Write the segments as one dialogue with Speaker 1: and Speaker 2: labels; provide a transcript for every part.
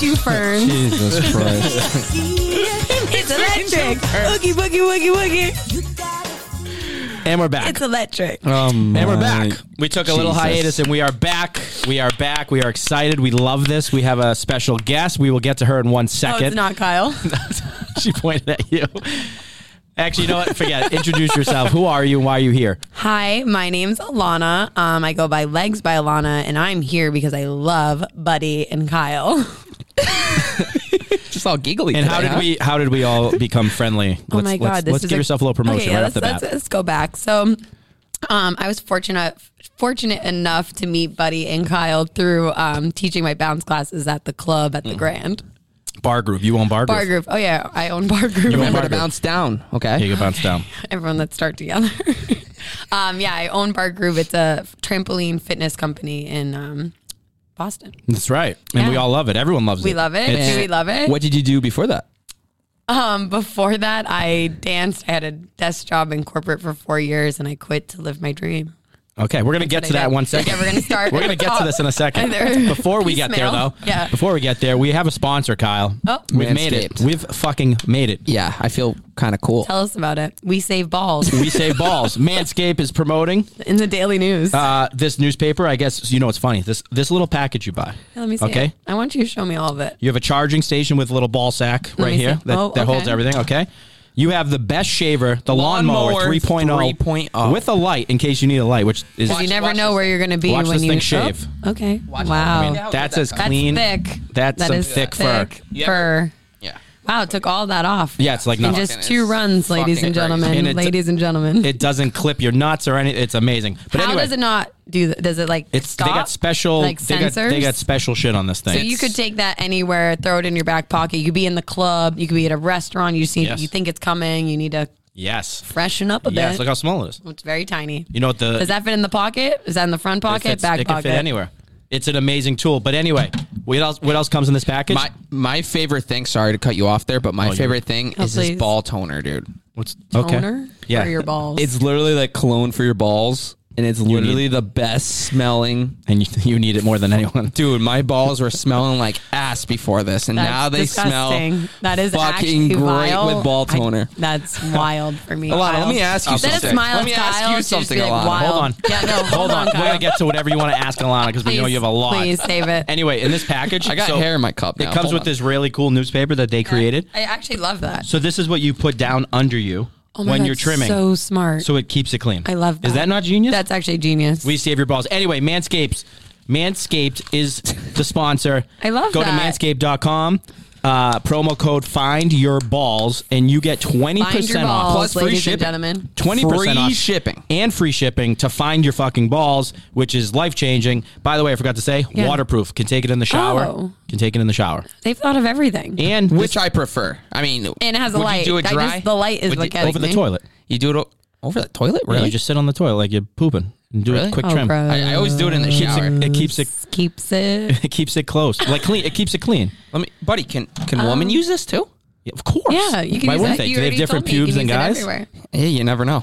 Speaker 1: you, Fern.
Speaker 2: Jesus Christ.
Speaker 1: it's electric. Oogie boogie woogie woogie.
Speaker 3: And we're back.
Speaker 1: It's electric.
Speaker 2: Um,
Speaker 3: and we're back. We took a little
Speaker 2: Jesus.
Speaker 3: hiatus and we are back. We are back. We are excited. We love this. We have a special guest. We will get to her in one
Speaker 1: Oh,
Speaker 3: second.
Speaker 1: it's not Kyle.
Speaker 3: she pointed at you. Actually, you know what? Forget it. Introduce yourself. Who are you and why are you here?
Speaker 1: Hi, my name's Alana. Um, I go by Legs by Alana, and I'm here because I love Buddy and Kyle.
Speaker 4: Just all giggly.
Speaker 3: And how
Speaker 4: today,
Speaker 3: did
Speaker 4: huh?
Speaker 3: we how did we all become friendly?
Speaker 1: Oh my god,
Speaker 3: let's,
Speaker 1: this
Speaker 3: let's
Speaker 1: is
Speaker 3: give
Speaker 1: a-
Speaker 3: yourself a little promotion
Speaker 1: Okay, yeah,
Speaker 3: right off the
Speaker 1: let's,
Speaker 3: bat.
Speaker 1: let's, let's go back. So, um, I was fortunate fortunate enough to meet Buddy and Kyle through um, teaching my bounce classes at the club
Speaker 3: Mm.
Speaker 1: at the Grand
Speaker 3: Bar group. You own bar group.
Speaker 1: Bar Group. Oh yeah, I own Bar Group.
Speaker 3: own
Speaker 4: Remember
Speaker 3: Barker.
Speaker 4: to bounce down.
Speaker 3: Here
Speaker 4: Okay.
Speaker 3: you go, bounce down.
Speaker 1: Everyone, let's start together. um, yeah, I own Bar Groove. It's a trampoline fitness company in um, Boston.
Speaker 3: That's right. And we
Speaker 1: Yeah.
Speaker 3: all love it. Everyone loves it.
Speaker 1: We love it.
Speaker 3: It's-
Speaker 1: Do we love it?
Speaker 4: What did you do before that?
Speaker 1: Um, before that, I danced. I had a desk job in corporate for four years, and I quit to live my dream.
Speaker 3: Okay, we're gonna get
Speaker 1: what
Speaker 3: to
Speaker 1: I
Speaker 3: that
Speaker 1: did.
Speaker 3: one second.
Speaker 1: Okay, we're gonna start
Speaker 3: We're
Speaker 1: at
Speaker 3: gonna
Speaker 1: the
Speaker 3: get to
Speaker 1: top.
Speaker 3: this in a second.
Speaker 1: Either
Speaker 3: Before we get there,
Speaker 1: piecemeal.
Speaker 3: though,
Speaker 1: Yeah.
Speaker 3: Before we get there, we have a sponsor, Kyle.
Speaker 1: Oh.
Speaker 3: we've made it.
Speaker 4: Manscaped.
Speaker 3: We've fucking made it.
Speaker 4: Yeah, I feel kind of cool.
Speaker 1: Tell us about it. We save balls
Speaker 3: We say balls. Manscaped is promoting
Speaker 1: in the daily news.
Speaker 3: uh, this newspaper. I guess you know it's funny. This this little package you buy.
Speaker 1: Let me see.
Speaker 3: Okay.
Speaker 1: it. I want you to show me all of it.
Speaker 3: You have a charging station with a little ball sack right
Speaker 1: me
Speaker 3: here
Speaker 1: see.
Speaker 3: that,
Speaker 1: Oh,
Speaker 3: that holds
Speaker 1: okay.
Speaker 3: everything. Okay. You have the best shaver, the lawnmower,
Speaker 4: Lawnmower
Speaker 3: 3.0,
Speaker 4: 3.0
Speaker 3: with a light in case you need a light, which is
Speaker 1: Because oh. you never
Speaker 4: watch
Speaker 1: know
Speaker 4: this
Speaker 1: where you're going to be
Speaker 3: Watch
Speaker 1: when
Speaker 3: this
Speaker 1: you
Speaker 3: thing
Speaker 1: oh,
Speaker 3: shave.
Speaker 1: okay.
Speaker 4: Watch-
Speaker 1: wow.
Speaker 4: I mean, how-
Speaker 3: that's
Speaker 4: How
Speaker 3: as
Speaker 4: did that come?
Speaker 3: clean.
Speaker 1: That's thick.
Speaker 3: That's
Speaker 1: That
Speaker 3: some
Speaker 1: is
Speaker 3: thick fur.
Speaker 1: thick
Speaker 4: You ever-
Speaker 1: fur.
Speaker 4: Yeah.
Speaker 1: Wow, took all that off.
Speaker 3: Yeah, it's like
Speaker 1: in
Speaker 3: nothing.
Speaker 1: just
Speaker 4: Fucking
Speaker 1: two
Speaker 4: is
Speaker 1: runs, ladies
Speaker 4: fucking
Speaker 1: and
Speaker 4: crazy.
Speaker 1: gentlemen.
Speaker 3: And it's-
Speaker 1: ladies and gentlemen.
Speaker 3: It doesn't clip your nuts or anything. It's amazing. But
Speaker 1: How
Speaker 3: anyway,
Speaker 1: does it not do that? Does it like
Speaker 3: it's
Speaker 1: stop?
Speaker 3: they got special
Speaker 1: like
Speaker 3: they got,
Speaker 1: sensors?
Speaker 3: they got special shit on this thing.
Speaker 1: so you could take that anywhere, throw it in your back pocket. You could be in the club, you could be at a restaurant. You see,
Speaker 3: Yes.
Speaker 1: you think it's coming. You need to
Speaker 3: yes.
Speaker 1: freshen up a
Speaker 3: Yes,
Speaker 1: bit.
Speaker 3: look how small it is.
Speaker 1: it's very tiny.
Speaker 3: You know what the
Speaker 1: Does that fit in the pocket? Is that in the front
Speaker 3: it
Speaker 1: pocket,
Speaker 3: fits,
Speaker 1: back
Speaker 3: it can
Speaker 1: pocket?
Speaker 3: fit anywhere. It's an amazing tool. But anyway, what else what else comes in this package?
Speaker 4: My my favorite thing. Sorry to cut you off there, but my favorite thing
Speaker 1: Oh,
Speaker 4: is
Speaker 1: please.
Speaker 4: this ball toner, dude.
Speaker 3: What's okay.
Speaker 1: Toner
Speaker 3: Yeah.
Speaker 1: for your balls.
Speaker 4: It's literally like cologne for your balls, and it's literally the best smelling.
Speaker 3: And you, you need it more than anyone.
Speaker 4: Dude, my balls were smelling like ass before this, and
Speaker 1: That's
Speaker 4: now they
Speaker 1: disgusting.
Speaker 4: smell
Speaker 1: that is
Speaker 4: fucking
Speaker 1: actually
Speaker 4: great
Speaker 1: vile.
Speaker 4: with ball
Speaker 1: I-
Speaker 4: toner.
Speaker 1: that's wild for me.
Speaker 4: Alana,
Speaker 1: Kyle.
Speaker 4: let me ask you
Speaker 1: That is
Speaker 4: something.
Speaker 1: mild,
Speaker 4: Let me ask
Speaker 1: Kyle,
Speaker 4: you
Speaker 1: to just be
Speaker 4: something,
Speaker 1: like,
Speaker 4: Alana.
Speaker 1: wild.
Speaker 3: Hold on.
Speaker 1: Yeah, no,
Speaker 3: Hold on. We're
Speaker 1: Kyle.
Speaker 3: going to get to whatever you want to ask Alana because we know
Speaker 1: Please-
Speaker 3: you have a lot.
Speaker 1: Please save it.
Speaker 3: Anyway, in this package,
Speaker 4: I got
Speaker 3: so
Speaker 4: hair in my cup.
Speaker 3: It
Speaker 4: now.
Speaker 3: comes
Speaker 4: Hold
Speaker 3: with
Speaker 4: on.
Speaker 3: this really cool newspaper that they created.
Speaker 1: I actually love that.
Speaker 3: So this is what you put down under you
Speaker 1: Oh my
Speaker 3: when
Speaker 1: God,
Speaker 3: you're trimming.
Speaker 1: So smart.
Speaker 3: so it keeps it clean.
Speaker 1: I love that.
Speaker 3: Is that not genius?
Speaker 1: That's actually genius.
Speaker 3: we save your balls. Anyway, Manscaped. Manscaped is the sponsor.
Speaker 1: I love
Speaker 3: Go
Speaker 1: that.
Speaker 3: to manscaped.com. Uh, promo code find your balls and you get 20%
Speaker 1: Find your
Speaker 3: off
Speaker 1: balls,
Speaker 4: plus free
Speaker 1: ladies
Speaker 4: shipping.
Speaker 1: and gentlemen.
Speaker 3: 20%
Speaker 4: Free
Speaker 3: off
Speaker 4: shipping.
Speaker 3: and free shipping to find your fucking balls, which is life changing. By the way, I forgot to say,
Speaker 1: Yeah.
Speaker 3: waterproof. Can take it in the shower.
Speaker 1: Oh.
Speaker 3: Can take it in the shower.
Speaker 1: They've thought of everything.
Speaker 3: And
Speaker 4: which
Speaker 3: this-
Speaker 4: I prefer. I mean,
Speaker 1: And it has a
Speaker 4: would
Speaker 1: light.
Speaker 4: You do it
Speaker 1: I just-
Speaker 4: dry?
Speaker 1: the light is
Speaker 4: Would
Speaker 1: what
Speaker 4: you-
Speaker 1: gets
Speaker 3: over the
Speaker 1: me.
Speaker 3: toilet.
Speaker 4: You do it o- over the toilet? Really?
Speaker 3: Yeah, you just sit on the toilet like you're pooping and do a
Speaker 4: Really?
Speaker 3: quick
Speaker 1: Oh,
Speaker 3: trim.
Speaker 1: gross.
Speaker 4: I, I always do it in the
Speaker 3: Keeps
Speaker 4: shower.
Speaker 3: it, it keeps it
Speaker 1: keeps it.
Speaker 3: it keeps it close. Like clean it keeps it clean.
Speaker 4: Let me, buddy. Can can women
Speaker 1: Um,
Speaker 4: use this too?
Speaker 3: Yeah, of course.
Speaker 1: Yeah, you can
Speaker 3: Why
Speaker 1: use
Speaker 3: wouldn't
Speaker 1: that.
Speaker 3: they?
Speaker 1: You
Speaker 3: Do they have
Speaker 1: already
Speaker 3: different
Speaker 1: told me you
Speaker 3: pubes
Speaker 1: can
Speaker 3: than
Speaker 1: use it
Speaker 3: guys?
Speaker 1: everywhere.
Speaker 4: Yeah, you never know.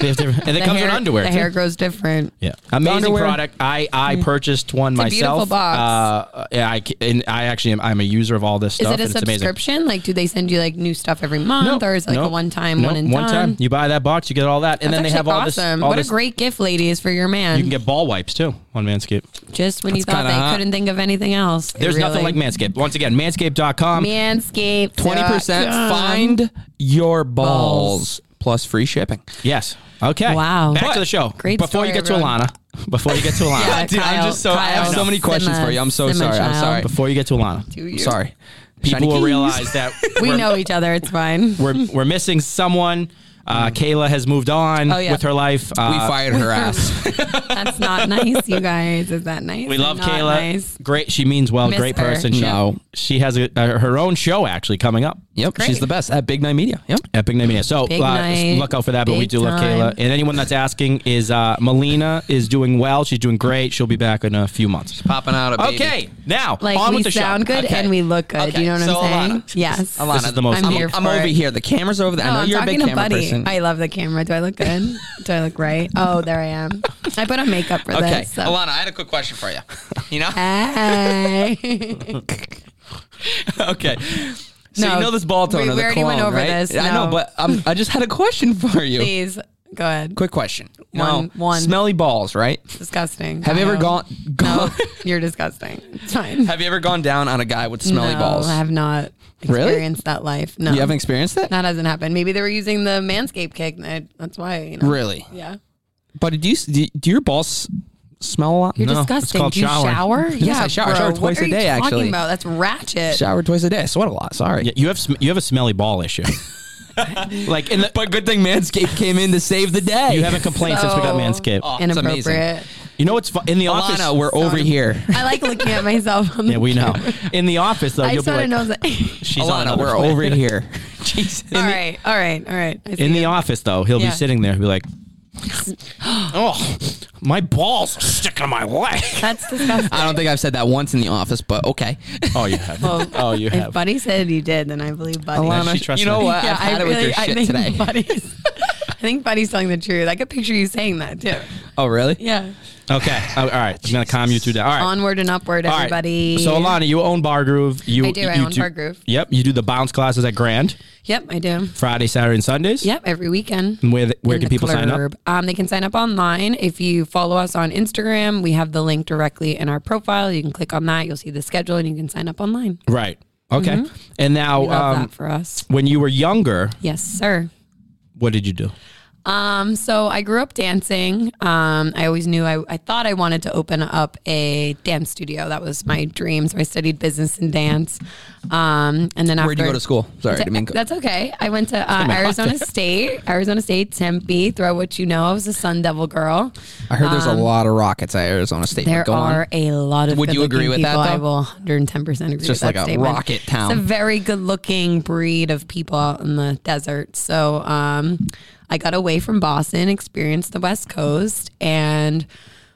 Speaker 3: They have different, and it
Speaker 1: The
Speaker 3: comes in
Speaker 1: hair-
Speaker 3: underwear.
Speaker 1: The
Speaker 3: too.
Speaker 1: hair grows different.
Speaker 3: Yeah, amazing
Speaker 4: Underwear.
Speaker 3: product. I I purchased one
Speaker 1: It's a
Speaker 3: myself.
Speaker 1: beautiful box.
Speaker 3: Uh, yeah, I ca- and I actually am. I'm a user of all this
Speaker 1: Is
Speaker 3: stuff.
Speaker 1: it a
Speaker 3: and it's amazing.
Speaker 1: subscription? Like, do they send you like new stuff every month, or is it like a one time,
Speaker 3: no,
Speaker 1: one and
Speaker 3: one time. You buy that box, you get all that, and then they have all
Speaker 1: awesome.
Speaker 3: this. All
Speaker 1: what
Speaker 3: this,
Speaker 1: a great gift, ladies, for your man.
Speaker 3: You can get ball wipes too on Manscaped.
Speaker 1: just when you
Speaker 4: That's
Speaker 1: thought they
Speaker 4: kinda hot.
Speaker 1: couldn't think of anything else.
Speaker 3: There's nothing like Manscaped. Once again, Manscaped.com.
Speaker 1: Manscaped.
Speaker 4: Twenty percent. Find your balls plus free shipping.
Speaker 3: yes. Okay.
Speaker 1: Wow.
Speaker 3: Back
Speaker 1: But-
Speaker 3: to the show.
Speaker 1: Great
Speaker 3: Before you
Speaker 1: story,
Speaker 3: get
Speaker 1: everyone.
Speaker 3: to Alana. Before you get to Alana.
Speaker 1: Yeah,
Speaker 4: Dude, I'm
Speaker 1: Kyle-
Speaker 4: just so- I have
Speaker 1: Kyle
Speaker 4: so many questions
Speaker 1: Simma-
Speaker 4: for you. I'm so
Speaker 1: Simma
Speaker 4: sorry. I'm
Speaker 1: child.
Speaker 4: sorry.
Speaker 3: Before you get to Alana.
Speaker 1: Do you?
Speaker 4: Sorry,
Speaker 3: People
Speaker 4: Shiny
Speaker 3: will
Speaker 4: keys.
Speaker 3: realize that
Speaker 1: We
Speaker 3: we're,
Speaker 1: know each other. It's fine.
Speaker 3: we're we're missing someone. Uh, Kayla has moved on
Speaker 1: Oh, yeah.
Speaker 3: with her life. Uh,
Speaker 4: we fired her ass.
Speaker 1: That's not nice, you guys. Is that nice?
Speaker 3: We love
Speaker 1: Not
Speaker 3: Kayla.
Speaker 1: Nice.
Speaker 3: Great. She means well.
Speaker 1: Miss
Speaker 3: great
Speaker 1: her.
Speaker 3: person. She,
Speaker 4: No.
Speaker 3: she has a, uh, her own show actually coming up.
Speaker 4: yep, she's the best at Big Night Media. Yep.
Speaker 3: Epic Name Media. So
Speaker 1: Big
Speaker 3: uh,
Speaker 1: night,
Speaker 3: look out for that. But we
Speaker 1: big
Speaker 3: do love
Speaker 1: time.
Speaker 3: Kayla. And anyone that's asking is uh, Melina is doing well. She's doing great. She'll be back in a few months.
Speaker 4: Popping out a baby.
Speaker 3: Okay, now
Speaker 1: Like
Speaker 3: on
Speaker 1: we
Speaker 3: with the
Speaker 1: sound
Speaker 3: show.
Speaker 1: good
Speaker 4: Okay.
Speaker 1: and we look good.
Speaker 4: Okay,
Speaker 1: You know what
Speaker 4: so
Speaker 1: I'm saying?
Speaker 4: Alana.
Speaker 1: Yes.
Speaker 4: Alana,
Speaker 3: This is the most-
Speaker 1: I'm
Speaker 4: I'm,
Speaker 1: here
Speaker 4: I'm
Speaker 1: for
Speaker 4: over
Speaker 1: it.
Speaker 4: here. The camera's over there.
Speaker 1: No,
Speaker 4: I know
Speaker 1: I'm
Speaker 4: you're a big
Speaker 1: talking to
Speaker 4: camera
Speaker 1: Buddy.
Speaker 4: person.
Speaker 1: I love the camera. Do I look good? Do I look right? Oh, there I am. I put on makeup for
Speaker 4: okay,
Speaker 1: this. so-
Speaker 4: Alana, I had a quick question for you. You know,
Speaker 1: Hey.
Speaker 4: okay. So
Speaker 1: No.
Speaker 4: you know this ball
Speaker 1: We-
Speaker 4: tone
Speaker 1: we
Speaker 4: of the
Speaker 1: already
Speaker 4: cologne,
Speaker 1: went over
Speaker 4: right?
Speaker 1: this.
Speaker 4: I know,
Speaker 1: No.
Speaker 4: but um, I just had a question for you.
Speaker 1: Please go ahead.
Speaker 4: Quick question.
Speaker 1: One-
Speaker 4: No.
Speaker 1: one.
Speaker 4: Smelly balls, right?
Speaker 1: Disgusting.
Speaker 4: Have you
Speaker 1: I
Speaker 4: ever
Speaker 1: know.
Speaker 4: gone? gone
Speaker 1: No, you're disgusting. It's fine.
Speaker 4: Have you ever gone down on a guy with smelly
Speaker 1: no,
Speaker 4: balls?
Speaker 1: I have not
Speaker 4: Really?
Speaker 1: experienced that life. No,
Speaker 4: you haven't experienced that?
Speaker 1: that hasn't happened. Maybe they were using the manscape kick. and I- That's why. You know.
Speaker 4: Really?
Speaker 1: Yeah.
Speaker 4: But do you do, do your balls smell a lot?
Speaker 1: You're
Speaker 3: No, it's
Speaker 1: disgusting.
Speaker 3: called
Speaker 1: Do you
Speaker 3: showering.
Speaker 1: shower?
Speaker 4: Yes, I shower. I shower
Speaker 1: bro, what
Speaker 4: twice a
Speaker 1: are you
Speaker 4: day,
Speaker 1: talking
Speaker 4: actually.
Speaker 1: About? That's ratchet.
Speaker 4: Shower twice a day. I sweat a lot. Sorry.
Speaker 3: Yeah, you have sm- you have a smelly ball issue. like in the,
Speaker 4: But good thing Manscaped came in to save the day.
Speaker 3: you haven't complained since we got
Speaker 1: So-
Speaker 3: Manscaped.
Speaker 4: Oh, it's amazing.
Speaker 1: Inappropriate.
Speaker 3: You know what's fu- in the office?
Speaker 4: Alana, we're over
Speaker 1: Sorry.
Speaker 4: here.
Speaker 1: I like looking at myself. On the
Speaker 3: yeah, we know. In the office though,
Speaker 1: I
Speaker 3: you'll
Speaker 1: just
Speaker 3: be
Speaker 1: want
Speaker 3: like,
Speaker 1: to know that.
Speaker 3: she's on
Speaker 4: Alana,
Speaker 3: another
Speaker 4: we're
Speaker 3: planet.
Speaker 4: over here. Jesus.
Speaker 1: all right, all right, all right. I see
Speaker 3: In the
Speaker 1: it.
Speaker 3: office though, he'll
Speaker 1: Yeah.
Speaker 3: be sitting there, he'll be like, "Oh, my balls are sticking to my leg."
Speaker 1: that's disgusting.
Speaker 4: I don't think I've said that once in the office, but okay.
Speaker 3: Oh, you have.
Speaker 1: Well,
Speaker 3: oh, you
Speaker 1: if
Speaker 3: have.
Speaker 1: Buddy said you did, then I believe Buddy.
Speaker 3: Alana, she
Speaker 4: you
Speaker 3: trusts
Speaker 4: know
Speaker 3: me.
Speaker 4: what? I've had it with your shit
Speaker 1: I think
Speaker 4: today.
Speaker 1: Buddy's, I think Buddy's telling the truth. I could picture you saying that too.
Speaker 4: Oh, really?
Speaker 1: Yeah.
Speaker 3: Okay. Oh, all right. I'm gonna calm you two down. All right.
Speaker 1: Onward and upward,
Speaker 3: All right.
Speaker 1: everybody.
Speaker 3: So Alana, you own Bar Groove. You
Speaker 1: I do. I
Speaker 3: you
Speaker 1: own Bar Groove.
Speaker 3: Yep. You do the bounce classes at Grand
Speaker 1: Yep, I do.
Speaker 3: Friday, Saturday, and Sundays.
Speaker 1: Yep, every weekend.
Speaker 3: And where the- where
Speaker 1: in
Speaker 3: can
Speaker 1: the
Speaker 3: people sign up?
Speaker 1: club. Um, they can sign up online. If you follow us on Instagram, we have the link directly in our profile. You can click on that. You'll see the schedule, and you can sign up online.
Speaker 3: Right. Okay. And
Speaker 4: Oh,
Speaker 3: now,
Speaker 1: Mm-hmm. Love
Speaker 3: um,
Speaker 1: that for us.
Speaker 3: when you were younger,
Speaker 1: Yes, sir.
Speaker 3: what did you do?
Speaker 1: Um, so I grew up dancing. Um, I always knew I, I thought I wanted to open up a dance studio. That was my dream. So I studied business and dance. Um, and then after
Speaker 4: Where'd you go to school? Sorry, I didn't mean.
Speaker 1: That's okay. I went to uh, Arizona State, Arizona State, Tempe. Throw what you know. I was a Sun Devil girl.
Speaker 4: I heard there's a lot of rockets at Arizona State. but
Speaker 1: Um, There
Speaker 4: go on.
Speaker 1: are a lot of.
Speaker 4: Would you
Speaker 1: good-looking
Speaker 4: agree with that,
Speaker 1: people. I
Speaker 4: though?
Speaker 1: will 110 percent agree.
Speaker 4: just
Speaker 1: with
Speaker 4: like
Speaker 1: that
Speaker 4: a
Speaker 1: statement.
Speaker 4: rocket town.
Speaker 1: It's a very good-looking breed of people out in the desert. So, um, I got away from Boston, experienced the West Coast, and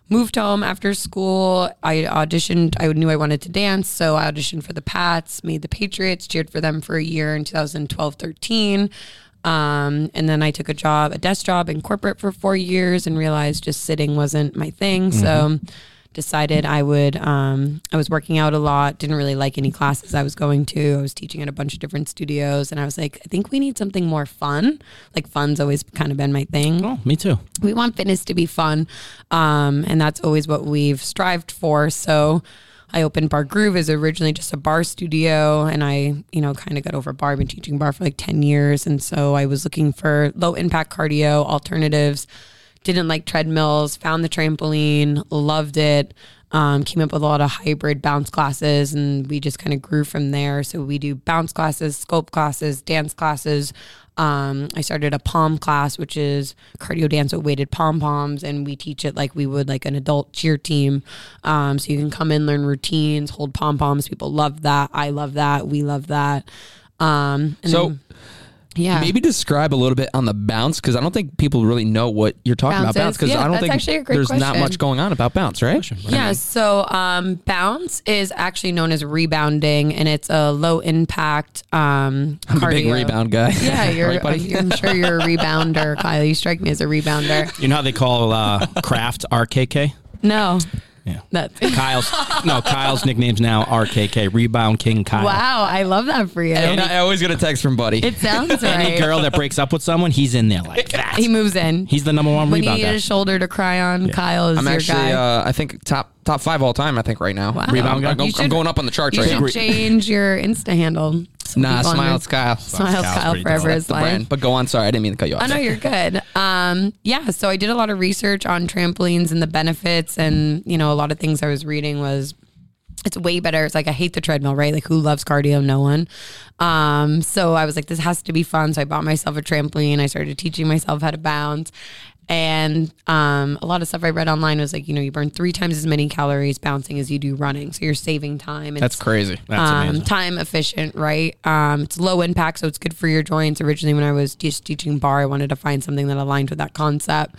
Speaker 1: moved home after school. I auditioned. I knew I wanted to dance, so I auditioned for the Pats, made the Patriots, cheered for them for a year in 2012, 13. Um, and then I took a job, a desk job in corporate for four years and realized just sitting wasn't my thing. So decided I would, um, I was working out a lot, didn't really like any classes I was going to. I was teaching at a bunch of different studios and I was like, I think we need something more fun. Like fun's always kind of been my thing
Speaker 3: Oh, me too.
Speaker 1: we want fitness to be fun um, and that's always what we've strived for so i opened bar groove as originally just a bar studio and i you know kind of got over bar i've been teaching bar for like 10 years and so i was looking for low impact cardio alternatives didn't like treadmills found the trampoline loved it um, came up with a lot of hybrid bounce classes and we just kind of grew from there so we do bounce classes sculpt classes dance classes um, I started a palm class, which is cardio dance with weighted pom poms, and we teach it like we would like an adult cheer team. Um, so you can come in, learn routines, hold pom poms. People love that. I love that. We love that. Um, and
Speaker 4: So
Speaker 1: then- yeah,
Speaker 4: maybe describe a little bit on the bounce because I don't think people really know what you're talking about
Speaker 1: Bounces,
Speaker 4: bounce because
Speaker 1: yeah,
Speaker 4: I don't
Speaker 1: that's
Speaker 4: think
Speaker 1: actually a great
Speaker 4: there's not
Speaker 1: question.
Speaker 4: much going on about bounce, right?
Speaker 1: Yeah, so um, bounce is actually known as rebounding, and it's a low impact um,
Speaker 4: I'm a big
Speaker 1: cardio.
Speaker 4: rebound guy.
Speaker 1: Yeah, you're.
Speaker 4: Right, buddy?
Speaker 1: I'm sure you're a rebounder, Kyle. You strike me as a rebounder.
Speaker 3: You know how they call uh, Kraft RKK?
Speaker 1: No,
Speaker 3: Yeah.
Speaker 1: that's
Speaker 3: Kyle's no. Kyle's nicknames now RKK, Rebound King Kyle.
Speaker 1: Wow, I love that for you.
Speaker 4: And I always get a text from buddy.
Speaker 1: It sounds
Speaker 3: Any
Speaker 1: right.
Speaker 3: girl that breaks up with someone, he's in there like that.
Speaker 1: He moves in.
Speaker 3: He's the number one
Speaker 1: when you
Speaker 3: rebound
Speaker 1: need
Speaker 3: guy.
Speaker 1: a shoulder to cry on, Kyle is
Speaker 4: I'm
Speaker 1: your
Speaker 4: actually,
Speaker 1: guy.
Speaker 4: uh, I think top top five all time. I think right now.
Speaker 3: Rebound guy?
Speaker 4: I'm, go-
Speaker 1: You
Speaker 4: I'm
Speaker 1: should-
Speaker 4: going up on the charts
Speaker 1: you
Speaker 4: right
Speaker 1: should
Speaker 4: now.
Speaker 1: change your Insta handle. So
Speaker 4: Nah,
Speaker 1: people on
Speaker 4: smile,
Speaker 1: your-
Speaker 4: it's Kyle.
Speaker 1: Smiles
Speaker 3: Kyle's
Speaker 1: Kyle
Speaker 3: pretty
Speaker 1: forever
Speaker 3: dope.
Speaker 1: is
Speaker 4: the
Speaker 1: life.
Speaker 4: brand. But go on. Sorry, I didn't mean to cut you off.
Speaker 1: I know Oh, you're good. Um, yeah, so I did a lot of research on trampolines and the benefits, and you know, a lot of things I was reading was it's way better. It's like I hate the treadmill, right? Like who loves cardio? No one. Um, so I was like, this has to be fun. So I bought myself a trampoline. I started teaching myself how to bounce. And um, a lot of stuff I read online was like, you know, you burn three times as many calories bouncing as you do running. So you're saving time. And
Speaker 4: That's
Speaker 1: it's-
Speaker 4: crazy.
Speaker 3: That's
Speaker 1: um,
Speaker 3: amazing.
Speaker 1: time efficient, right? Um, it's low impact, so it's good for your joints. Originally, when I was just teaching bar, I wanted to find something that aligned with that concept.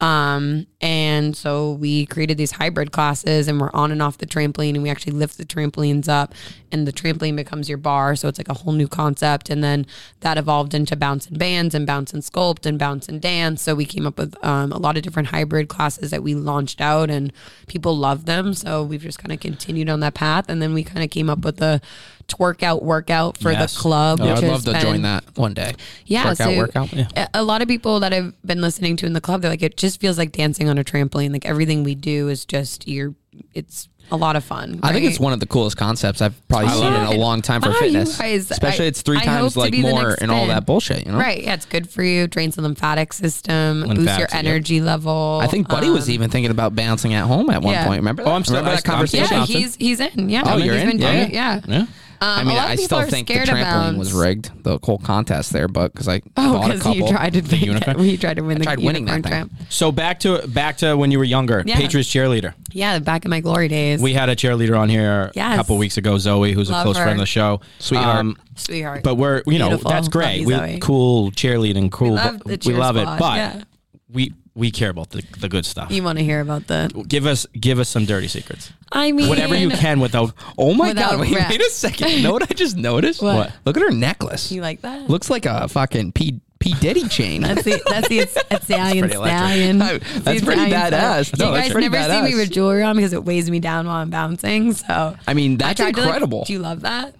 Speaker 1: Um, and so we created these hybrid classes, and we're on and off the trampoline, and we actually lift the trampolines up, and the trampoline becomes your bar. So it's like a whole new concept. And then that evolved into bounce and bands, and bounce and sculpt, and bounce and dance. So we came up with um, a lot of different hybrid classes that we launched out, and people love them. So we've just kind of continued on that path. And then we kind of came up with a twerk out workout for
Speaker 3: Yes.
Speaker 1: the club.
Speaker 4: Oh,
Speaker 1: which
Speaker 4: I'd
Speaker 1: has
Speaker 4: love to
Speaker 1: been-
Speaker 4: join that one day.
Speaker 1: Yeah,
Speaker 4: Workout,
Speaker 1: so
Speaker 4: workout.
Speaker 3: Yeah.
Speaker 1: a- a lot of people that I've been listening to in the club, they're like, it just feels like dancing on a trampoline. Like everything we do is just you're. It's a lot of fun.
Speaker 4: I think
Speaker 1: right?
Speaker 4: it's one of the coolest concepts I've probably
Speaker 1: I
Speaker 4: seen in
Speaker 1: love
Speaker 4: a
Speaker 1: it.
Speaker 4: long time for
Speaker 1: Ah, you
Speaker 4: fitness.
Speaker 1: guys,
Speaker 4: Especially
Speaker 1: I-
Speaker 4: it's three
Speaker 1: I hope
Speaker 4: times
Speaker 1: to
Speaker 4: like
Speaker 1: be the
Speaker 4: more
Speaker 1: next
Speaker 4: and all
Speaker 1: Ben.
Speaker 4: that bullshit, you know?
Speaker 1: Right. Yeah, it's good for you. Drains the lymphatic system, boosts your
Speaker 3: Lymphatic, yep.
Speaker 1: energy level.
Speaker 4: I think Buddy was
Speaker 1: um,
Speaker 4: even thinking about bouncing at home at one
Speaker 1: yeah.
Speaker 4: point. Remember?
Speaker 3: Oh, I'm still-
Speaker 4: remember that
Speaker 3: I- I'm still
Speaker 4: conversation.
Speaker 1: Yeah,
Speaker 3: Johnson.
Speaker 1: he's he's in. Yeah.
Speaker 4: Oh,
Speaker 1: He's
Speaker 4: you're in?
Speaker 1: been doing
Speaker 4: Yeah.
Speaker 1: it, yeah.
Speaker 3: Yeah.
Speaker 1: Um,
Speaker 4: I mean,
Speaker 1: a lot of
Speaker 4: I
Speaker 1: people
Speaker 4: still
Speaker 1: are
Speaker 4: think the
Speaker 1: scared of
Speaker 4: trampoline was
Speaker 1: bounce.
Speaker 4: rigged, the whole contest there, but because I
Speaker 1: Oh,
Speaker 4: bought a
Speaker 1: because
Speaker 4: couple.
Speaker 1: he tried to
Speaker 3: The
Speaker 1: think
Speaker 3: unicorn?
Speaker 1: that, he tried to win the
Speaker 4: tried winning
Speaker 1: unicorn
Speaker 4: that
Speaker 1: tramp.
Speaker 3: So back to back to when you were younger,
Speaker 1: Yeah.
Speaker 3: Patriots cheerleader.
Speaker 1: Yeah, back in my glory days.
Speaker 3: We had a cheerleader on here a
Speaker 1: Yes.
Speaker 3: couple weeks ago, Zoe, who's a
Speaker 1: Love
Speaker 3: close
Speaker 1: her.
Speaker 3: friend of the show. Um,
Speaker 4: Sweetheart.
Speaker 1: sweetheart.
Speaker 3: but we're you know
Speaker 1: Beautiful.
Speaker 3: that's
Speaker 1: Love
Speaker 3: great.
Speaker 1: you,
Speaker 3: We
Speaker 1: Zoe.
Speaker 3: cool cheerleading, cool.
Speaker 1: love
Speaker 3: but
Speaker 1: the
Speaker 3: we
Speaker 1: cheer
Speaker 3: love it,
Speaker 1: squad,
Speaker 3: but
Speaker 1: yeah.
Speaker 3: we we care about the, the good stuff.
Speaker 1: you want to hear about the?
Speaker 3: Give us give us some dirty secrets,
Speaker 1: I mean,
Speaker 3: whatever you can without.
Speaker 4: Oh my
Speaker 1: Without
Speaker 4: God. Wait,
Speaker 1: wrap.
Speaker 4: wait a second. You know what I just noticed?
Speaker 1: What? What?
Speaker 4: Look at her necklace.
Speaker 1: You like that?
Speaker 4: Looks like a fucking P. P. Diddy chain.
Speaker 1: That's the that's the that's the Italian
Speaker 4: pretty electric.
Speaker 1: stallion.
Speaker 4: No,
Speaker 1: It's the
Speaker 4: that's pretty
Speaker 1: Italian
Speaker 4: badass.
Speaker 1: stallion.
Speaker 4: No,
Speaker 1: you
Speaker 4: that's
Speaker 1: guys
Speaker 4: pretty
Speaker 1: never see
Speaker 4: badass.
Speaker 1: me with jewelry on because it weighs me down while I'm bouncing. So
Speaker 4: I mean, that's
Speaker 1: tried to, like-
Speaker 4: incredible.
Speaker 1: do you love that?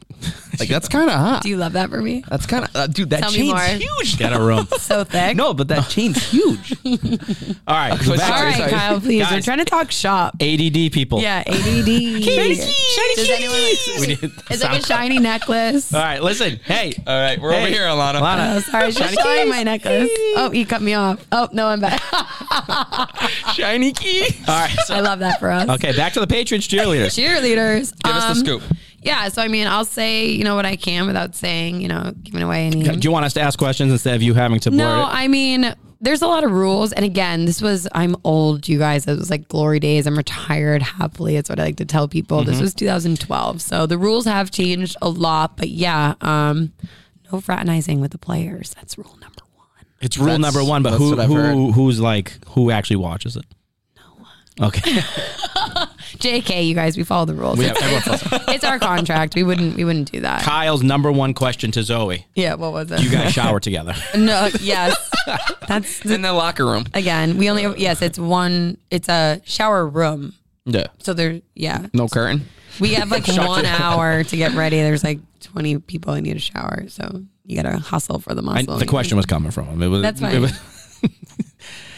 Speaker 4: like, that's kind of hot.
Speaker 1: Do you love that for me?
Speaker 4: That's kind of, uh, dude, that
Speaker 1: Tell me
Speaker 4: chain's
Speaker 1: more.
Speaker 4: huge.
Speaker 3: Get a room.
Speaker 1: So thick.
Speaker 4: No, but that chain's huge.
Speaker 3: All right,
Speaker 4: Sorry.
Speaker 1: All
Speaker 3: back
Speaker 1: right,
Speaker 4: sorry.
Speaker 1: Kyle. Please, we're
Speaker 3: Guys.
Speaker 1: trying to talk shop.
Speaker 3: ADD people.
Speaker 1: Yeah, ADD. Does anyone
Speaker 3: We need
Speaker 1: It's
Speaker 3: sound-
Speaker 1: like a shiny necklace.
Speaker 4: Uh,
Speaker 3: All right, listen. Hey,
Speaker 4: All right, we're
Speaker 3: Hey,
Speaker 4: Alana.
Speaker 1: Oh, sorry, I was just showing my necklace. Oh, you cut me off. Oh, no, I'm back.
Speaker 4: Shiny key.
Speaker 3: All right.
Speaker 1: I
Speaker 3: So,
Speaker 1: love that for us.
Speaker 3: okay, back to the Patriots cheerleaders.
Speaker 1: Cheerleaders.
Speaker 4: Give us the
Speaker 1: um,
Speaker 4: scoop.
Speaker 1: Yeah, so I mean, I'll say, you know, what I can without saying, you know, giving away any.
Speaker 3: Do you want us to ask questions instead of you having to blurt
Speaker 1: No,
Speaker 3: it?
Speaker 1: I mean, there's a lot of rules. And again, this was, I'm old, you guys. It was like glory days. I'm retired happily. It's what I like to tell people. This was 2012. So the rules have changed a lot. But yeah, um, no fraternizing with the players. That's rule number one.
Speaker 3: It's rule
Speaker 4: That's-
Speaker 3: number one, but
Speaker 4: that's
Speaker 3: who
Speaker 4: what I've
Speaker 3: who who's like who actually watches it? No one. Okay.
Speaker 1: JK, you guys, we follow the rules. It's, it's our contract. We wouldn't, we wouldn't do that.
Speaker 3: Kyle's number one question to Zoe:
Speaker 1: Yeah, what was it?
Speaker 3: You guys shower together?
Speaker 1: no, yes. That's
Speaker 4: In the locker room.
Speaker 1: again, we only have, yes, it's one, it's a shower room.
Speaker 4: Yeah.
Speaker 1: So there, yeah.
Speaker 4: No curtain.
Speaker 1: We have like one hour to get ready. There's like 20 people I need a shower. So you got to hustle for the
Speaker 3: I,
Speaker 1: muscle.
Speaker 3: the question was coming from him. It was.
Speaker 1: That's
Speaker 3: It
Speaker 1: fine.
Speaker 3: was,